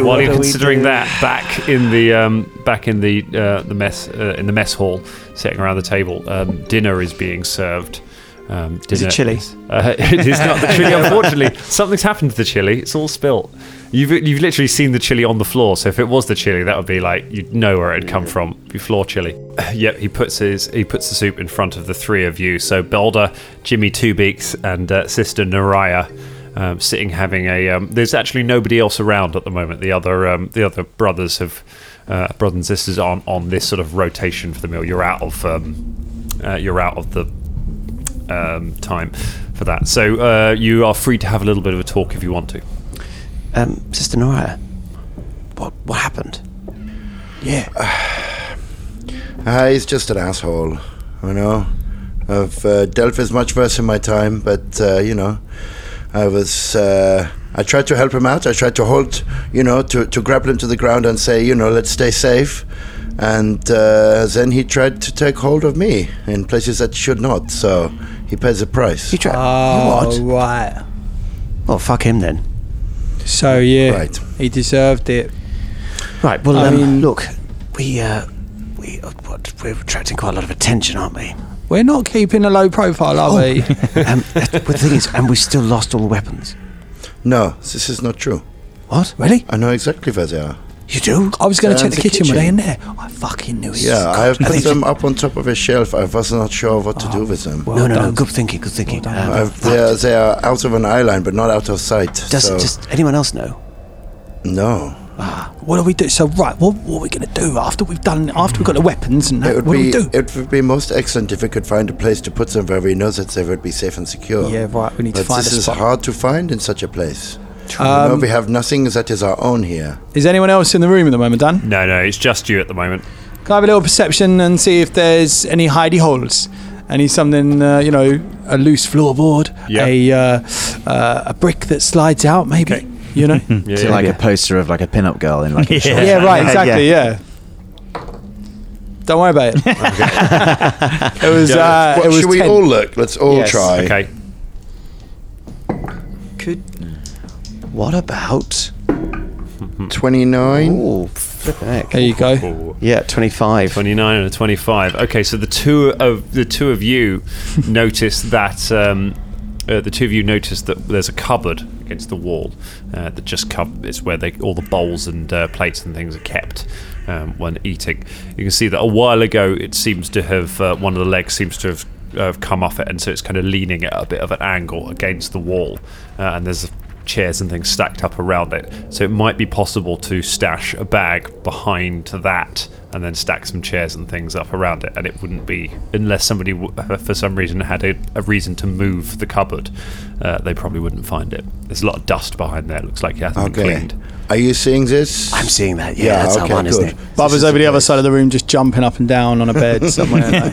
G: do?
B: While you're considering that, back in the um, back in the uh, the mess uh, in the mess hall, sitting around the table, um, dinner is being served. Um, dinner
D: it chili?
B: is- uh, it is not the chili. Unfortunately, something's happened to the chili. It's all spilt. You've you've literally seen the chili on the floor. So if it was the chili, that would be like you'd know where it had come from. It'd Be floor chili. yep. He puts his he puts the soup in front of the three of you. So Belder, Jimmy Two Beaks, and uh, Sister Naraya um, sitting having a. Um, there's actually nobody else around at the moment. The other um, the other brothers have uh, brothers and sisters on on this sort of rotation for the meal. You're out of um, uh, you're out of the um, time for that. So uh, you are free to have a little bit of a talk if you want to.
D: Um, Sister Nora, what what happened?
H: Uh, he's just an asshole, you know. I've uh, dealt with much worse in my time, but uh, you know, I was. Uh, I tried to help him out. I tried to hold, you know, to, to grapple him to the ground and say, you know, let's stay safe. And uh, then he tried to take hold of me in places that should not. So he pays the price.
D: You try.
F: Oh,
D: what?
F: right.
D: Well, fuck him then.
F: So yeah,
H: Right.
F: he deserved it.
D: Right. Well,
F: I
D: um,
F: mean-
D: look, we uh, we uh, what, we're attracting quite a lot of attention, aren't we?
F: We're not keeping a low profile, are we?
H: Oh.
D: Um, but the thing is, and we still lost all the weapons.
H: No, this is not true.
D: What?
F: really?
H: I know exactly where they are.
D: You do?
F: I was going to
H: Turn
F: check
H: the
F: the kitchen. Were
H: kitchen.
F: they in there? I fucking knew it.
H: Yeah, I have put them up on top of a shelf. I was not sure what to do with them.
D: no, no, no. Good thinking. Good thinking. Um,
H: I've, they, are, they are out of an eye line, but not out of sight.
D: does
H: so,
D: does anyone else know?
H: no?
F: What do we do? So right, what, what are we going to do after we've done after we've got the weapons and
H: It
F: that?
H: would
F: What
H: be
F: do we do?
H: it would be most excellent if we could find a place to put them where we know that they would be safe and secure.
F: Yeah, right. We need
H: But
F: to find
H: this
F: a
H: is
F: spot.
H: hard to find in such a place. you know,
F: Um,
H: we have nothing that is our own here.
F: is anyone else in the room at the moment, Dan?
B: No, no, it's just you at the moment.
F: Can I have a little perception and see if there's any hidey holes? Any something, uh, you know, a loose floorboard,
B: Yeah.
F: a uh, uh, a brick that slides out, maybe. You know? yeah,
C: So like a poster of like a pin-up girl in like a short
F: right. Exactly. Yeah. Don't worry about it. it was.
B: Yeah.
F: Uh,
H: Well,
F: it was
H: should we
F: 10.
H: all look? Let's all
F: Yes.
H: try.
B: Okay.
D: Could. What about?
H: Twenty nine.
D: Oh, flipping heck.
F: There you go.
D: Yeah, twenty-five.
B: 29 and a 25 okay so the two of the two of you notice that um, uh, the two of you notice that there's a cupboard against the wall uh, that just cub- it's where they all the bowls and uh, plates and things are kept um, when eating you can see that a while ago it seems to have uh, one of the legs seems to have uh, come off it and so it's kind of leaning at a bit of an angle against the wall uh, and there's a chairs and things stacked up around it. So it might be possible to stash a bag behind that and then stack some chairs and things up around it. And it wouldn't be, unless somebody w- uh, for some reason had a, a reason to move the cupboard, uh, they probably wouldn't find it. There's a lot of dust behind there. It looks like it hasn't been
H: Okay.
B: cleaned.
H: Oh, Are you seeing this?
D: I'm seeing that. Yeah, that's that one, isn't it?
F: Bubba's over the other side of the room, just jumping up and down on a bed somewhere.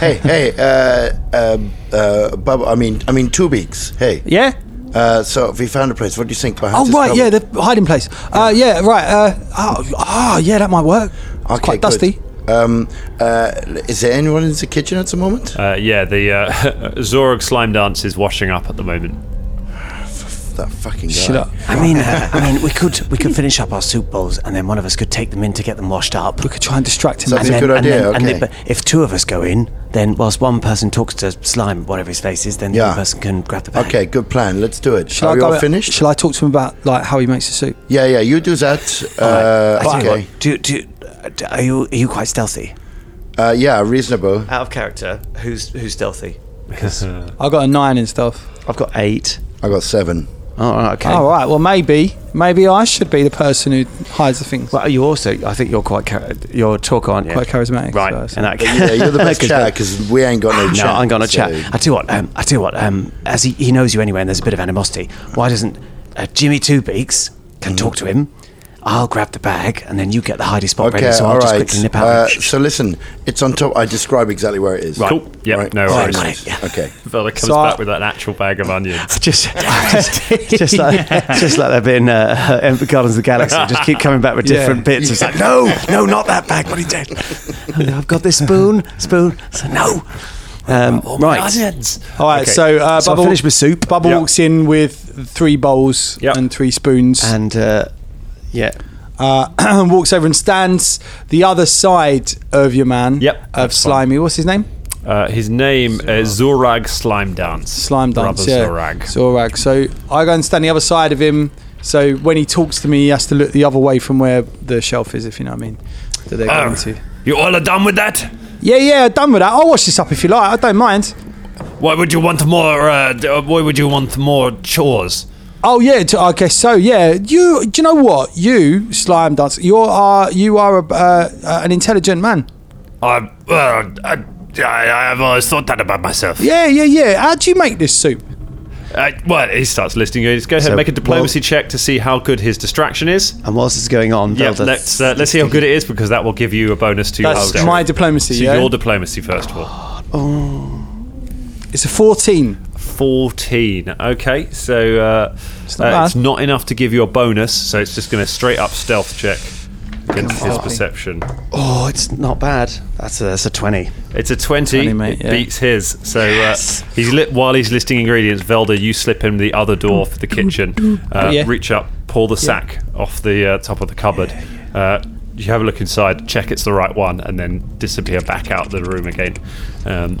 H: Hey, hey, uh, um, uh, Bubba, I mean, I mean, two weeks. Hey.
F: yeah.
H: Uh, so we found a place. What do you think behind
F: Oh
H: this
F: right,
H: cupboard?
F: yeah, the hiding place. Uh, yeah, right. Uh, oh, ah, yeah, that might work. It's
H: Okay,
F: quite
H: good.
F: dusty.
H: Um, uh, is there anyone in the kitchen at the moment?
B: Uh, yeah, the uh, Zorog slime dance is washing up at the moment.
H: that fucking guy.
F: Shut up.
D: I mean, uh, I mean, we could we could finish up our soup bowls, and then one of us could take them in to get them washed up.
F: We could try and distract him.
H: So- That's
D: and
H: a good
D: and
H: idea,
D: and
H: okay.
D: but if two of us go in, then whilst one person talks to slime, whatever his face is, then the
H: Yeah.
D: other person can grab the bag.
H: Okay, good plan. Let's do it.
F: Shall
H: Are
F: I
H: we
F: go
H: all
F: out-
H: finished?
F: Shall I talk to him about like how he makes the soup?
H: Yeah, yeah. You do that. Uh,
D: I tell you
H: okay.
D: what, do, do, do, are you are you quite stealthy?
H: Uh, yeah, reasonable.
D: Out of character, who's who's stealthy? uh,
F: I got a nine and stuff.
D: I've got eight.
H: I got seven.
D: Oh, okay.
F: All right. Well, maybe, maybe I should be the person who hides the things.
D: Well, you also, I think you're quite char- you're talk, aren't you?
F: Quite charismatic,
D: right?
F: so-
D: and that,
H: Yeah, you're the best chat because we ain't got no
D: No,
H: chat.
D: I'm gonna
H: so-
D: chat. I tell you what. Um, I tell you what. Um, as he, he knows you anyway, and there's a bit of animosity. Why doesn't uh, Jimmy Two Beaks
H: Mm-hmm.
D: can talk to him? I'll grab the bag, and then you get the hidey spot
H: Okay,
D: ready. So I'll
H: all
D: just
H: right.
D: quickly nip out.
H: Uh, so listen, it's on top. I describe exactly where it is.
B: Right. Cool. Yep, no
H: All
B: worries.
D: Got it, yeah.
H: Okay.
B: Villa comes
F: So I-
B: back with an actual bag of onions.
D: just, just, just like, just like they've been uh, uh, Guardians of the Galaxy. Just keep coming back with different bits. It's like, no, no, not that bag, but he did. I've got this spoon, spoon. So no, um,
H: Oh,
D: right.
F: All right.
B: Okay.
F: So, uh,
D: So I
F: Bubba,
D: finished with soup.
F: Bubba
B: Yep.
F: walks in with three bowls
B: Yep.
F: and three spoons, and
D: And uh, yeah,
F: uh, walks over and stands the other side of your man.
B: Yep,
F: Of
B: that's fine.
F: Slimy. What's his name?
B: Uh, his name is Zorag Slime Dance.
F: Slime dance.
B: Brother
F: yeah.
B: Zorag.
F: Zorag. So I go and stand the other side of him. So when he talks to me, he has to look the other way from where the shelf is, if you know what I mean. That they're
B: Oh.
F: going to.
B: You all are done with that?
F: Yeah, yeah, done with that. I'll wash this up if you like. I don't mind.
B: Why would you want more? Uh, d- uh, why would you want more chores?
F: Oh yeah, t- I guess so. Yeah, you. Do you know what you slime dance? You are you are a, uh, uh, an intelligent man.
B: I, uh, I, I, I have always thought that about myself.
F: Yeah, yeah, yeah. How do you make this soup?
B: Uh, well, he starts listing you. Just go ahead and make a diplomacy check to see how good his distraction is.
D: and whilst it's going on,
B: Yeah,
D: Velda-
B: let's uh, let's see how good it is because that will give you a bonus to
F: That's
B: your
F: my diplomacy.
B: So
F: yeah,
B: your diplomacy first of all.
F: it's a fourteen.
B: Fourteen. Okay, so uh, it's,
F: not
B: not
F: bad.
B: it's not enough to give you a bonus, so it's just going to straight up stealth check against his perception.
D: Oh, it's not bad. That's a, that's a 20.
B: It's a 20.
F: 20, mate,
B: it
F: yeah.
B: beats his. So uh, he's li- while he's listing ingredients, Velda, you slip him the other door for the kitchen. Uh,
F: Yeah.
B: Reach up, pull the sack off the uh, top of the cupboard. Uh, you have a look inside, check it's the right one, and then disappear back out the room again. Um,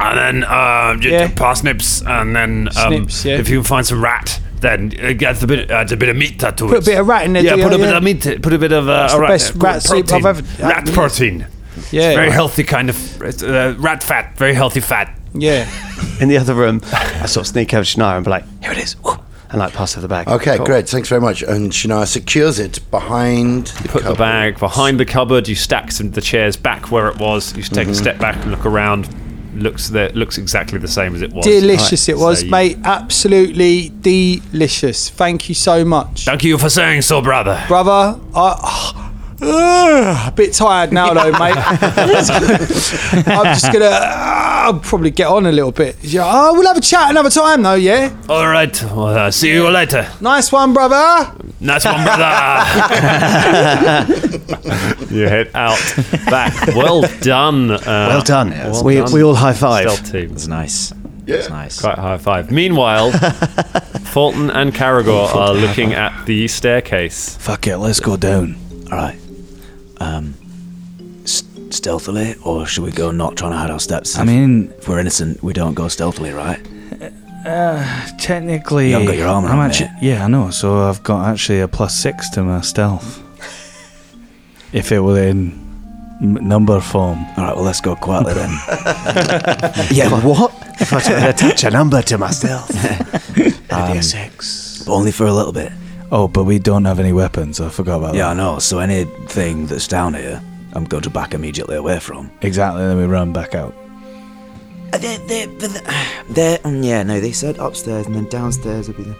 B: and then uh, you
F: Yeah.
B: do parsnips, and then um,
F: Snips, yeah.
B: if you can find some rat, then uh, get a bit, add a bit of meat to
F: Put a bit of rat in there,
B: Yeah,
F: do you?
B: put a bit
F: Yeah.
B: of meat. Put a bit of uh,
F: the
B: rat,
F: best rat soup
B: protein.
F: I've ever-
B: Rat protein.
F: Yeah,
B: Very healthy kind of uh, rat fat. Very healthy fat.
F: yeah.
D: In the other room, I sort of sneak over to Shania and be like, here it is. Woo, and like pass her the bag.
H: Okay,
D: Cool.
H: great. Thanks very much. And Shania secures it behind the
B: Put the
H: cupboard.
B: bag behind the cupboard. You stack some the chairs back where it was. You take a step back and look around. Looks there. Looks exactly the same as it was.
F: Delicious it was,
B: So you-
F: mate. Absolutely delicious. Thank you so much,
B: Thank you for saying so, brother.
F: brother. I, Ugh, a bit tired now though, mate. I'm just gonna. uh, I'll probably get on a little bit. Yeah, oh, we'll have a chat another time though. Yeah,
B: All right. Well, uh, see you later.
F: nice one, brother.
B: Nice one, brother. you head out back. Well done. Uh,
D: Well done.
B: well
D: we,
B: done.
D: we all high five.
B: Stealth team.
C: It's nice. It's nice.
B: Quite high five. Meanwhile, Fulton and Caragor are looking at the staircase.
G: Fuck it, let's go down.
C: All right. Um, s- stealthily, or should we go not trying to hide our steps?
G: I mean,
C: if we're innocent, we don't go stealthily, right?
G: technically,
C: You haven't got your armor
G: I'm
C: on,
G: actually, yeah, I know. So I've got actually a plus six to my stealth. if it were in m- number form,
C: All right. Well, let's go quietly then.
D: Yeah, what? If I try to attach a number to myself. It'd be a
C: um,
D: six.
C: but only for a little bit.
G: Oh, but we don't have any weapons. I forgot about
C: Yeah, I know. So anything that's down here, I'm going to back immediately away from.
G: that. Exactly. Then we run back out.
C: Uh, They're, they're, but they're, they're, mm, yeah, no, they said upstairs and then downstairs would be the.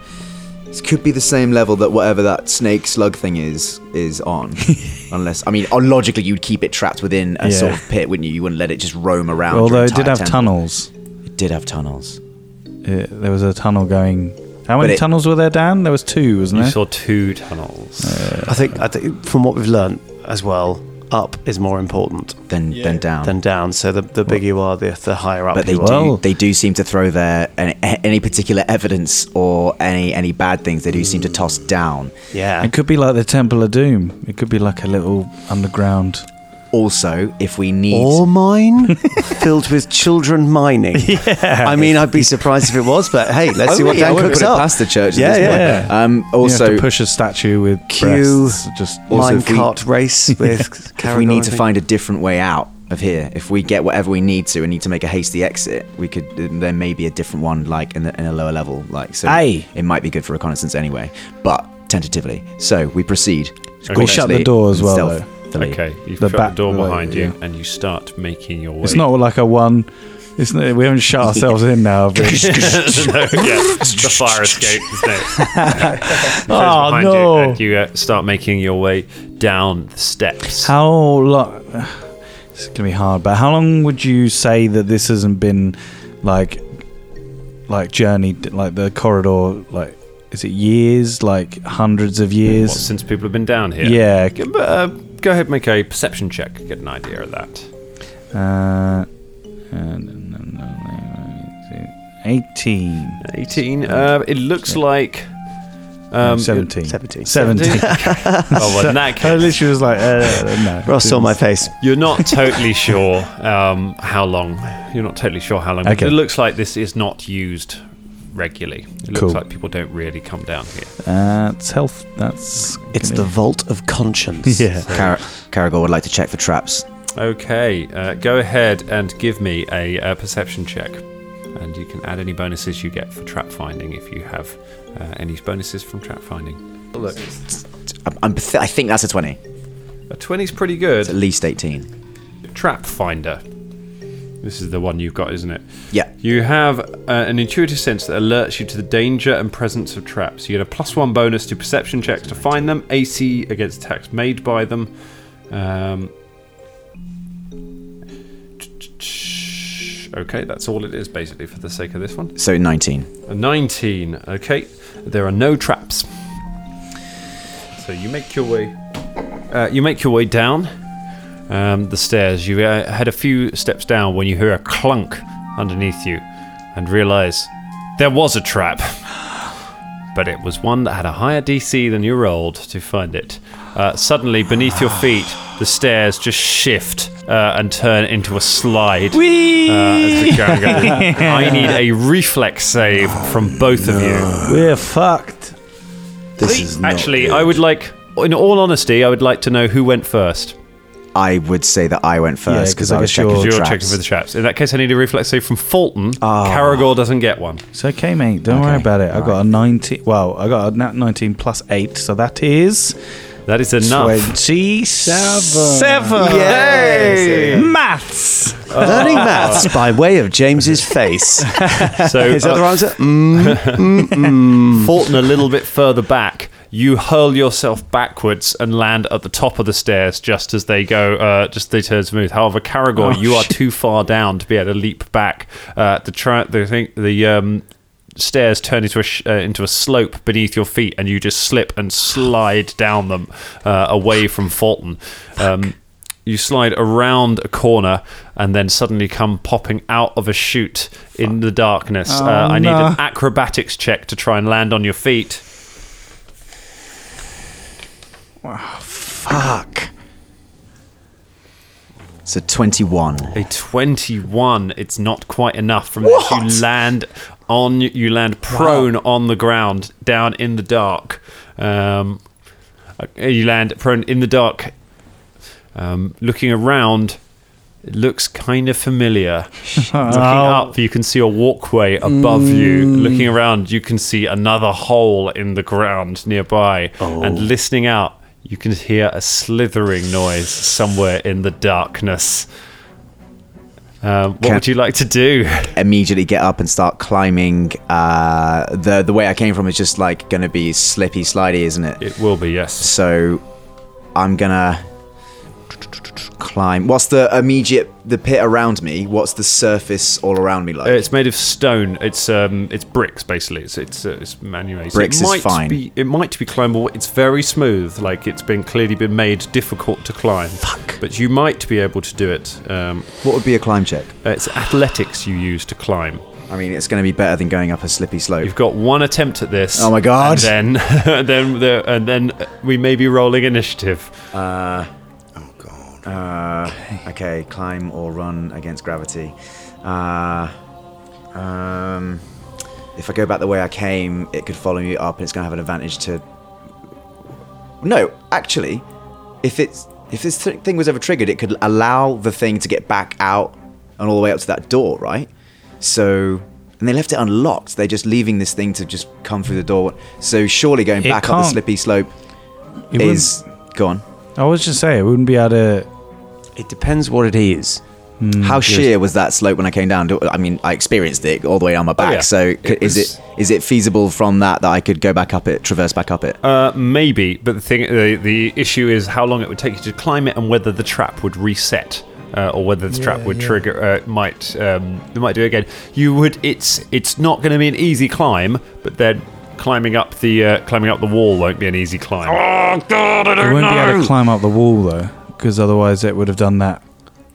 C: This could be the same level that whatever that snake slug thing is is on, unless I mean, uh, logically you'd keep it trapped within a sort
G: Yeah.
C: of pit, wouldn't you? You wouldn't let it just roam around. your
G: Although it did
C: entire
G: have
C: temple.
G: tunnels.
C: It did have tunnels.
G: It, there was a tunnel going. How
C: But
G: many
C: it-
G: tunnels were there, Dan? There was two, wasn't
B: You
G: there?
B: saw two tunnels.
G: Uh,
D: I think, I think from what we've learned as well, up is more important
C: Then then down.
D: than down. So the, the bigger you are, the, the higher up
C: but they
D: you are.
G: Well.
C: do they do seem to throw their any, any particular evidence or any any bad things they do seem to toss down.
D: Yeah.
G: It could be like the Temple of Doom. It could be like a little underground.
C: Also, if we need
D: Ore mine filled with children mining. Yeah. Oh, I mean, I'd be surprised if it was, but hey, let's see what
C: I
D: Dan
C: wouldn't
D: cooks
C: put it
D: up.
C: past the church. at
D: Yeah,
C: this point.
D: yeah.
C: Um,
G: You have to
C: also,
G: push a statue with
D: Cue
G: breasts, Just
C: Also,
D: Mine
C: if we-
D: cart race with.
C: if we need to find a different way out of here, if we get whatever we need to and need to make a hasty exit, we could. There may be a different one, like in, the, in a lower level, like so.
G: Aye.
C: It might be good for reconnaissance anyway, but tentatively. So we proceed.
G: We shut the door as well, though.
B: Okay, you've
G: The
B: shut
G: back-
B: the door
G: the-
B: behind you,
G: yeah.
B: and you start making your way.
G: It's not like a one. It's not, we haven't shut ourselves in now. have we?
B: yeah, the fire escape is next.
G: Oh,
B: behind
G: no.
B: You, and you uh, start making your way down the steps.
G: How long? It's gonna be hard, but how long would you say that this hasn't been like, like journeyed, like the corridor? Like, is it years? Like hundreds of
B: What,
G: years?
B: since people have been down here.
G: yeah.
B: Go- but, Uh, go ahead, make a perception check. Get an idea of that.
G: Uh, eighteen.
B: 18. Uh, it looks like. Um,
G: Seventeen.
D: 17.
G: Seventeen.
B: Oh, well, in that
G: I
B: case,
G: literally was like, uh, no.
D: Ross saw my face.
B: You're not totally sure um, how long. You're not totally sure how long. but
G: Okay.
B: It looks like this is not used regularly. It looks
G: Cool.
B: like people don't really come down here.
G: Uh, it's health. That's
D: It's the
G: gonna-
D: vault of conscience.
G: yeah.
C: Car- Caragor would like to check for traps.
B: Okay, uh, go ahead and give me a, uh perception check, and you can add any bonuses you get for trap finding if you have uh, any bonuses from trap finding. Look,
C: I'm, I'm, th- I think that's a twenty.
B: a twenty's pretty good.
C: It's at least eighteen.
B: trap finder. This is the one you've got, isn't it?
C: Yeah.
B: You have uh, an intuitive sense that alerts you to the danger and presence of traps. You get a plus one bonus to perception checks to find them, AC against attacks made by them. Um, okay, that's all it is basically for the sake of this one.
C: So nineteen.
B: A 19. Okay, there are no traps. So you make your way. Uh, you make your way down um, the stairs. You uh, had a few steps down when you hear a clunk underneath you, and realise there was a trap, but it was one that had a higher DC than you rolled to find it. Uh, suddenly, beneath your feet, the stairs just shift uh, and turn into a slide. Uh, as the gang go. I need a reflex save from both of you.
G: We're fucked.
H: This is not
B: Actually,
H: good.
B: I would like, in all honesty, I would like to know who went first.
C: I would say that I went first
G: 'cause
C: because
G: I
C: I was
G: guess
C: checking
G: you're-
C: for
B: You're
C: traps.
B: checking for the traps. In that case, I need a reflex save from Fulton.
H: Ah.
B: Caragor doesn't get one.
G: It's okay, mate. Don't worry
C: Okay.
G: about it. I got a 19. Well, I got a nat 19 plus 8, so that is
B: That is enough.
G: 27.
C: Yes.
G: Maths.
D: Learning maths by way of James's face.
B: So
D: His
B: uh,
D: other answer? Mm.
B: Fulton a little bit further back. You hurl yourself backwards and land at the top of the stairs just as they go, uh, just they turn smooth. However, Caragor, you are too far down to be able to leap back. Uh, the tra- the thing, the um, stairs turn into a sh- uh, into a slope beneath your feet, and you just slip and slide down them uh, away from Fulton. Um, you slide around a corner and then suddenly come popping out of a chute in the darkness. uh, I need an acrobatics check to try and land on your feet.
C: Fuck. So 21.
B: A 21. It's not quite enough from this. You land on you land prone on the ground down in the dark. Um, uh, you land prone in the dark. Um, looking around, It looks kind of familiar. Looking up, you can see a walkway above you. Looking around, you can see another hole in the ground nearby. And listening out, you can hear a slithering noise somewhere in the darkness. Um, what
C: Can-
B: would you like to do?
C: immediately get up and start climbing. Uh, the the way I came from is just like going to be slippy, slidey, isn't it?
B: It will be, yes.
C: So I'm gonna climb. What's the immediate the pit around me? What's the surface all around me like?
B: Uh, It's made of stone. It's um, it's bricks basically. It's it's, uh, it's manually.
C: Bricks
B: it
C: is
B: might
C: fine.
B: Be, it might be climbable. It's very smooth. Like it's been clearly been made difficult to climb. Fuck. But you might be able to do it. Um,
C: what would be a climb check?
B: uh, it's athletics you use to climb.
C: I mean, it's going to be better than going up a slippy slope.
B: You've got one attempt at this.
C: Oh my God.
B: And then then the, and then we may be rolling initiative.
C: Uh, okay, climb or run against gravity. Uh, um, if I go back the way I came, it could follow me up, and it's going to have an advantage to. No, actually, if it's if this th- thing was ever triggered, it could allow the thing to get back out and all the way up to that door, right? So. And they left it unlocked. They're just leaving this thing to just come through the door. So surely going
G: It
C: back up the
G: can't.
C: slippy slope
G: It
C: is gone.
G: I was just saying, it wouldn't be out of.
D: It depends what it is.
C: How sheer was that slope when I came down? Do- I mean, I experienced it all the way down my back.
B: yeah.
C: So, c-
B: It
C: is
B: was-
C: it is it feasible from that that I could go back up it, traverse back up it?
B: Uh, maybe, but the thing, the, the issue is how long it would take you to climb it, and whether the trap would reset, uh, or whether the trap would trigger. Uh, might um, it might do it again. You would. It's it's not going to be an easy climb, but then climbing up the uh, climbing up the wall won't be an easy climb.
C: Ah!
G: It wouldn't be able to climb up the wall though, because otherwise it would have done that.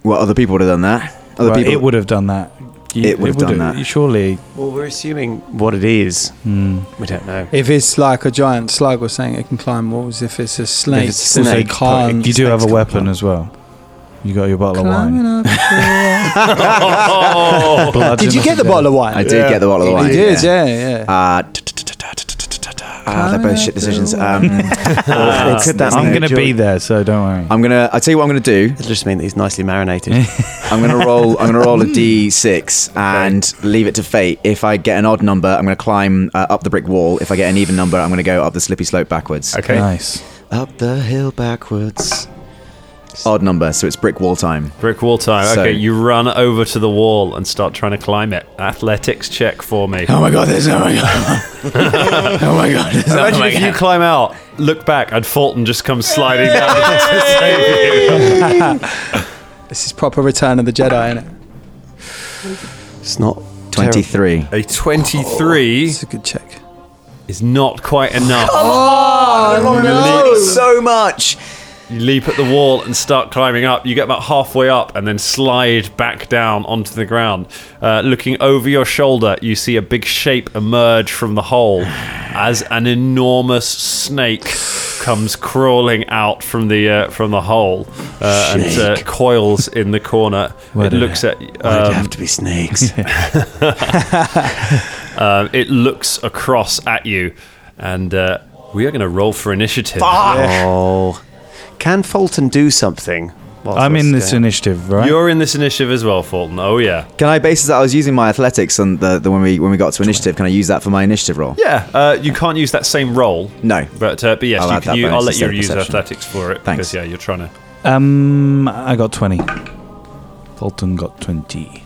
C: well, other people would have done that. Other
G: Well,
C: people.
G: it would have done that. You-
C: It would have done that.
G: Surely,
D: Well, we're assuming what it is.
G: Hmm.
D: We don't know.
F: If it's like a giant slug or something, it can climb walls. If it's a snake,
D: it's a
F: it also
D: snake,
F: can't.
G: you do have a
D: snakes
G: weapon
D: can't
G: as well. You got your bottle
F: Climbing
G: of
F: up the wall.
B: oh,
G: wine.
F: Did you get the bottle of wine?
C: I did get the bottle of wine.
F: He did, yeah, yeah.
C: Uh, Ah, they're both shit decisions. Um,
D: Uh, could that
G: I'm
D: mean-
G: gonna be there, so don't worry.
C: I'm gonna. I tell you what I'm gonna do.
D: It'll just mean that he's nicely marinated.
C: I'm gonna roll. I'm gonna roll a d6 and leave it to fate. If I get an odd number, I'm gonna climb uh, up the brick wall. If I get an even number, I'm gonna go up the slippy slope backwards.
B: okay.
G: Nice.
C: Up the hill backwards. Odd number, so it's brick wall time.
B: Brick wall time.
C: So-
B: okay, you run over to the wall and start trying to climb it. Athletics check for me.
C: Oh my god, there's oh my god. oh my god. there's- oh
B: Imagine
C: my
B: if you
C: God.
B: climb out, look back, and Fulton just comes sliding down to save you.
F: This is proper Return of the Jedi, isn't it?
D: it's not. terrible.
C: 23.
B: A 23
F: It's a good check.
B: is not quite enough.
C: So much.
B: You leap at the wall and start climbing up. You get about halfway up and then slide back down onto the ground. Uh, looking over your shoulder, you see a big shape emerge from the hole as an enormous snake comes crawling out from the uh, from the hole uh, and uh, coils in the corner. it
G: did
B: looks at
D: It'd
B: um,
D: have to be snakes.
B: um, it looks across at you, and uh, we are going to roll for initiative.
D: oh. Can Fulton do something? whilst
G: I'm
D: we're
G: in this
D: scared?
G: initiative, right?
B: You're in this initiative as well, Fulton. Oh yeah.
C: Can I base that I was using my athletics on the, the when we when we got to initiative? Can I use that for my initiative roll?
B: Yeah, uh, you can't use that same roll.
C: No.
B: but uh, but yes,
C: I'll
B: you
C: add
B: can.
C: that
B: Use,
C: bonus
B: I'll let you
C: instead of
B: use
C: perception.
B: athletics for it.
C: Thanks.
B: Because, yeah, you're trying to.
G: Um, I got 20. Fulton got 20.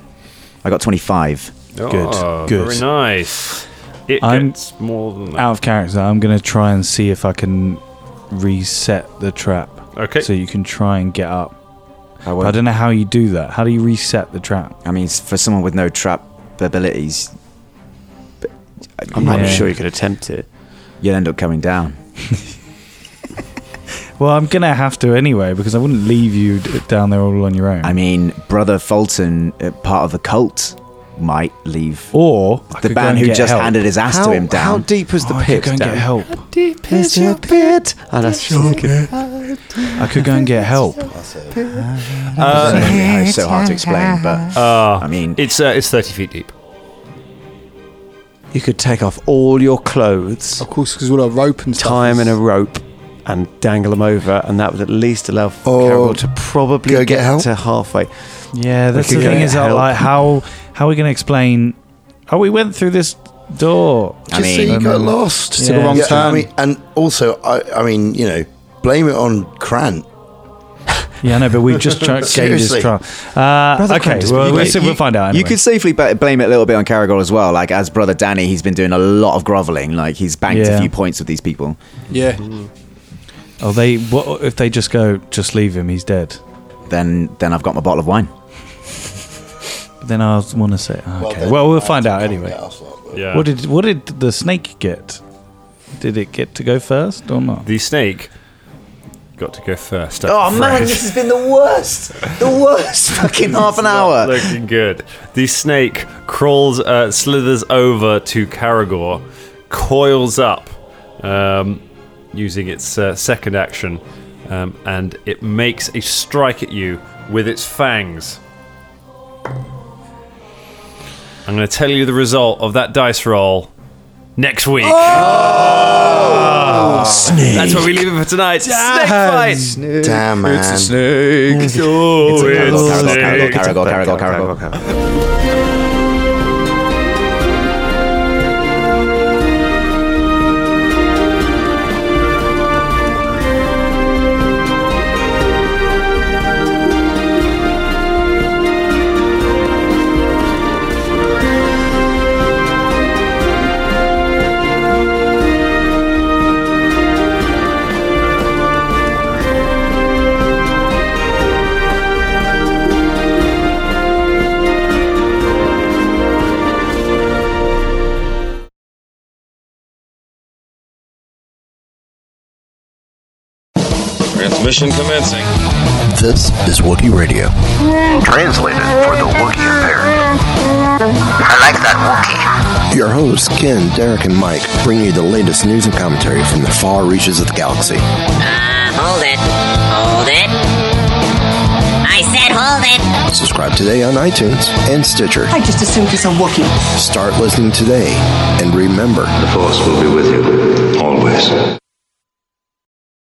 C: I got 25.
B: Oh,
G: good.
B: Very nice. It
G: I'm-
B: gets more than that.
G: Out of character, I'm going to try and see if I can reset the trap.
B: Okay.
G: So you can try and get up.
C: I,
G: But I don't know how you do that. How do you reset the trap?
C: I mean, for someone with no trap abilities, but- uh,
D: I'm not
G: Yeah.
D: sure you could attempt it.
C: you'll end up coming down.
G: Well, I'm going to have to anyway, because I wouldn't leave you d- down there all on your own.
C: I mean, brother Fulton, uh, part of the cult, might leave.
G: or Oh, I
C: the
G: could go
C: man
G: and
C: who
G: get
C: just
G: help.
C: handed his ass to him down.
D: how deep was the
G: Oh, I could
D: pit?
G: go and
D: Dan?
G: get help.
D: Deep is your pit. And that's
G: I could go and get help. Uh,
C: Yeah, it's so hard to explain, but I mean,
B: It's uh, it's thirty feet deep.
D: You could take off all your clothes,
F: Of course, because all our rope and stuff.
D: tie them
F: is-
D: in a rope, and dangle him over, and that would at least allow
H: Or
D: Carol to probably
H: go
D: get,
H: get help?
D: to halfway.
G: Yeah, that's
D: could
G: the thing
D: get
G: is that
D: help.
G: like how how are we going to explain? Oh, we went through this door.
C: I
H: Just so
C: mean, um,
H: you got lost.
G: Took a Yeah. wrong
H: Mm. I
F: turn.
H: mean, and also, I, I mean, you know, blame it on Krant.
G: Yeah, I know, but we've just tra- changed
H: Seriously.
G: this trial. Uh, okay,
D: Christ,
G: well,
D: you
G: we'll,
D: could-
G: see- we'll find out. Anyway.
C: You could safely ba- blame it a little bit on Caragol as well. Like as brother Danny, he's been doing a lot of groveling. Like he's banked
G: Yeah.
C: a few points with these people.
F: Yeah.
G: Oh, they. What if they just go? Just leave him. He's dead.
C: Then, then I've got my bottle of wine.
G: But then I want to say. Okay. Well, we'll find out anyway.
B: Yeah.
G: What did What did the snake get? Did it get to go first or not?
B: the snake got to go first.
C: Oh man,
B: Fred.
C: this has been the worst, the worst fucking half an
B: Not
C: hour.
B: Looking good. The snake crawls, uh, slithers over to Caragor, coils up um, using its uh, second action, um, and it makes a strike at you with its fangs. I'm going to tell you the result of that dice roll next week. Ah. That's where we leave it for tonight. Snake fight.
H: Damn, man.
B: Oh, it's
C: Caragol,
B: snake.
C: Caragol, Caragol, Caragol, Caragol.
I: Transmission commencing.
J: This is Wookiee Radio. Translated for the Wookiee impaired. I like that Wookiee. Your hosts, Ken, Derek, and Mike, bring you the latest news and commentary from the far reaches of the galaxy.
K: Hold it. Hold it. I said hold it.
J: Subscribe today on iTunes and Stitcher.
K: I just assumed it's a Wookiee.
J: Start listening today, and remember,
I: The Force will be with you, always.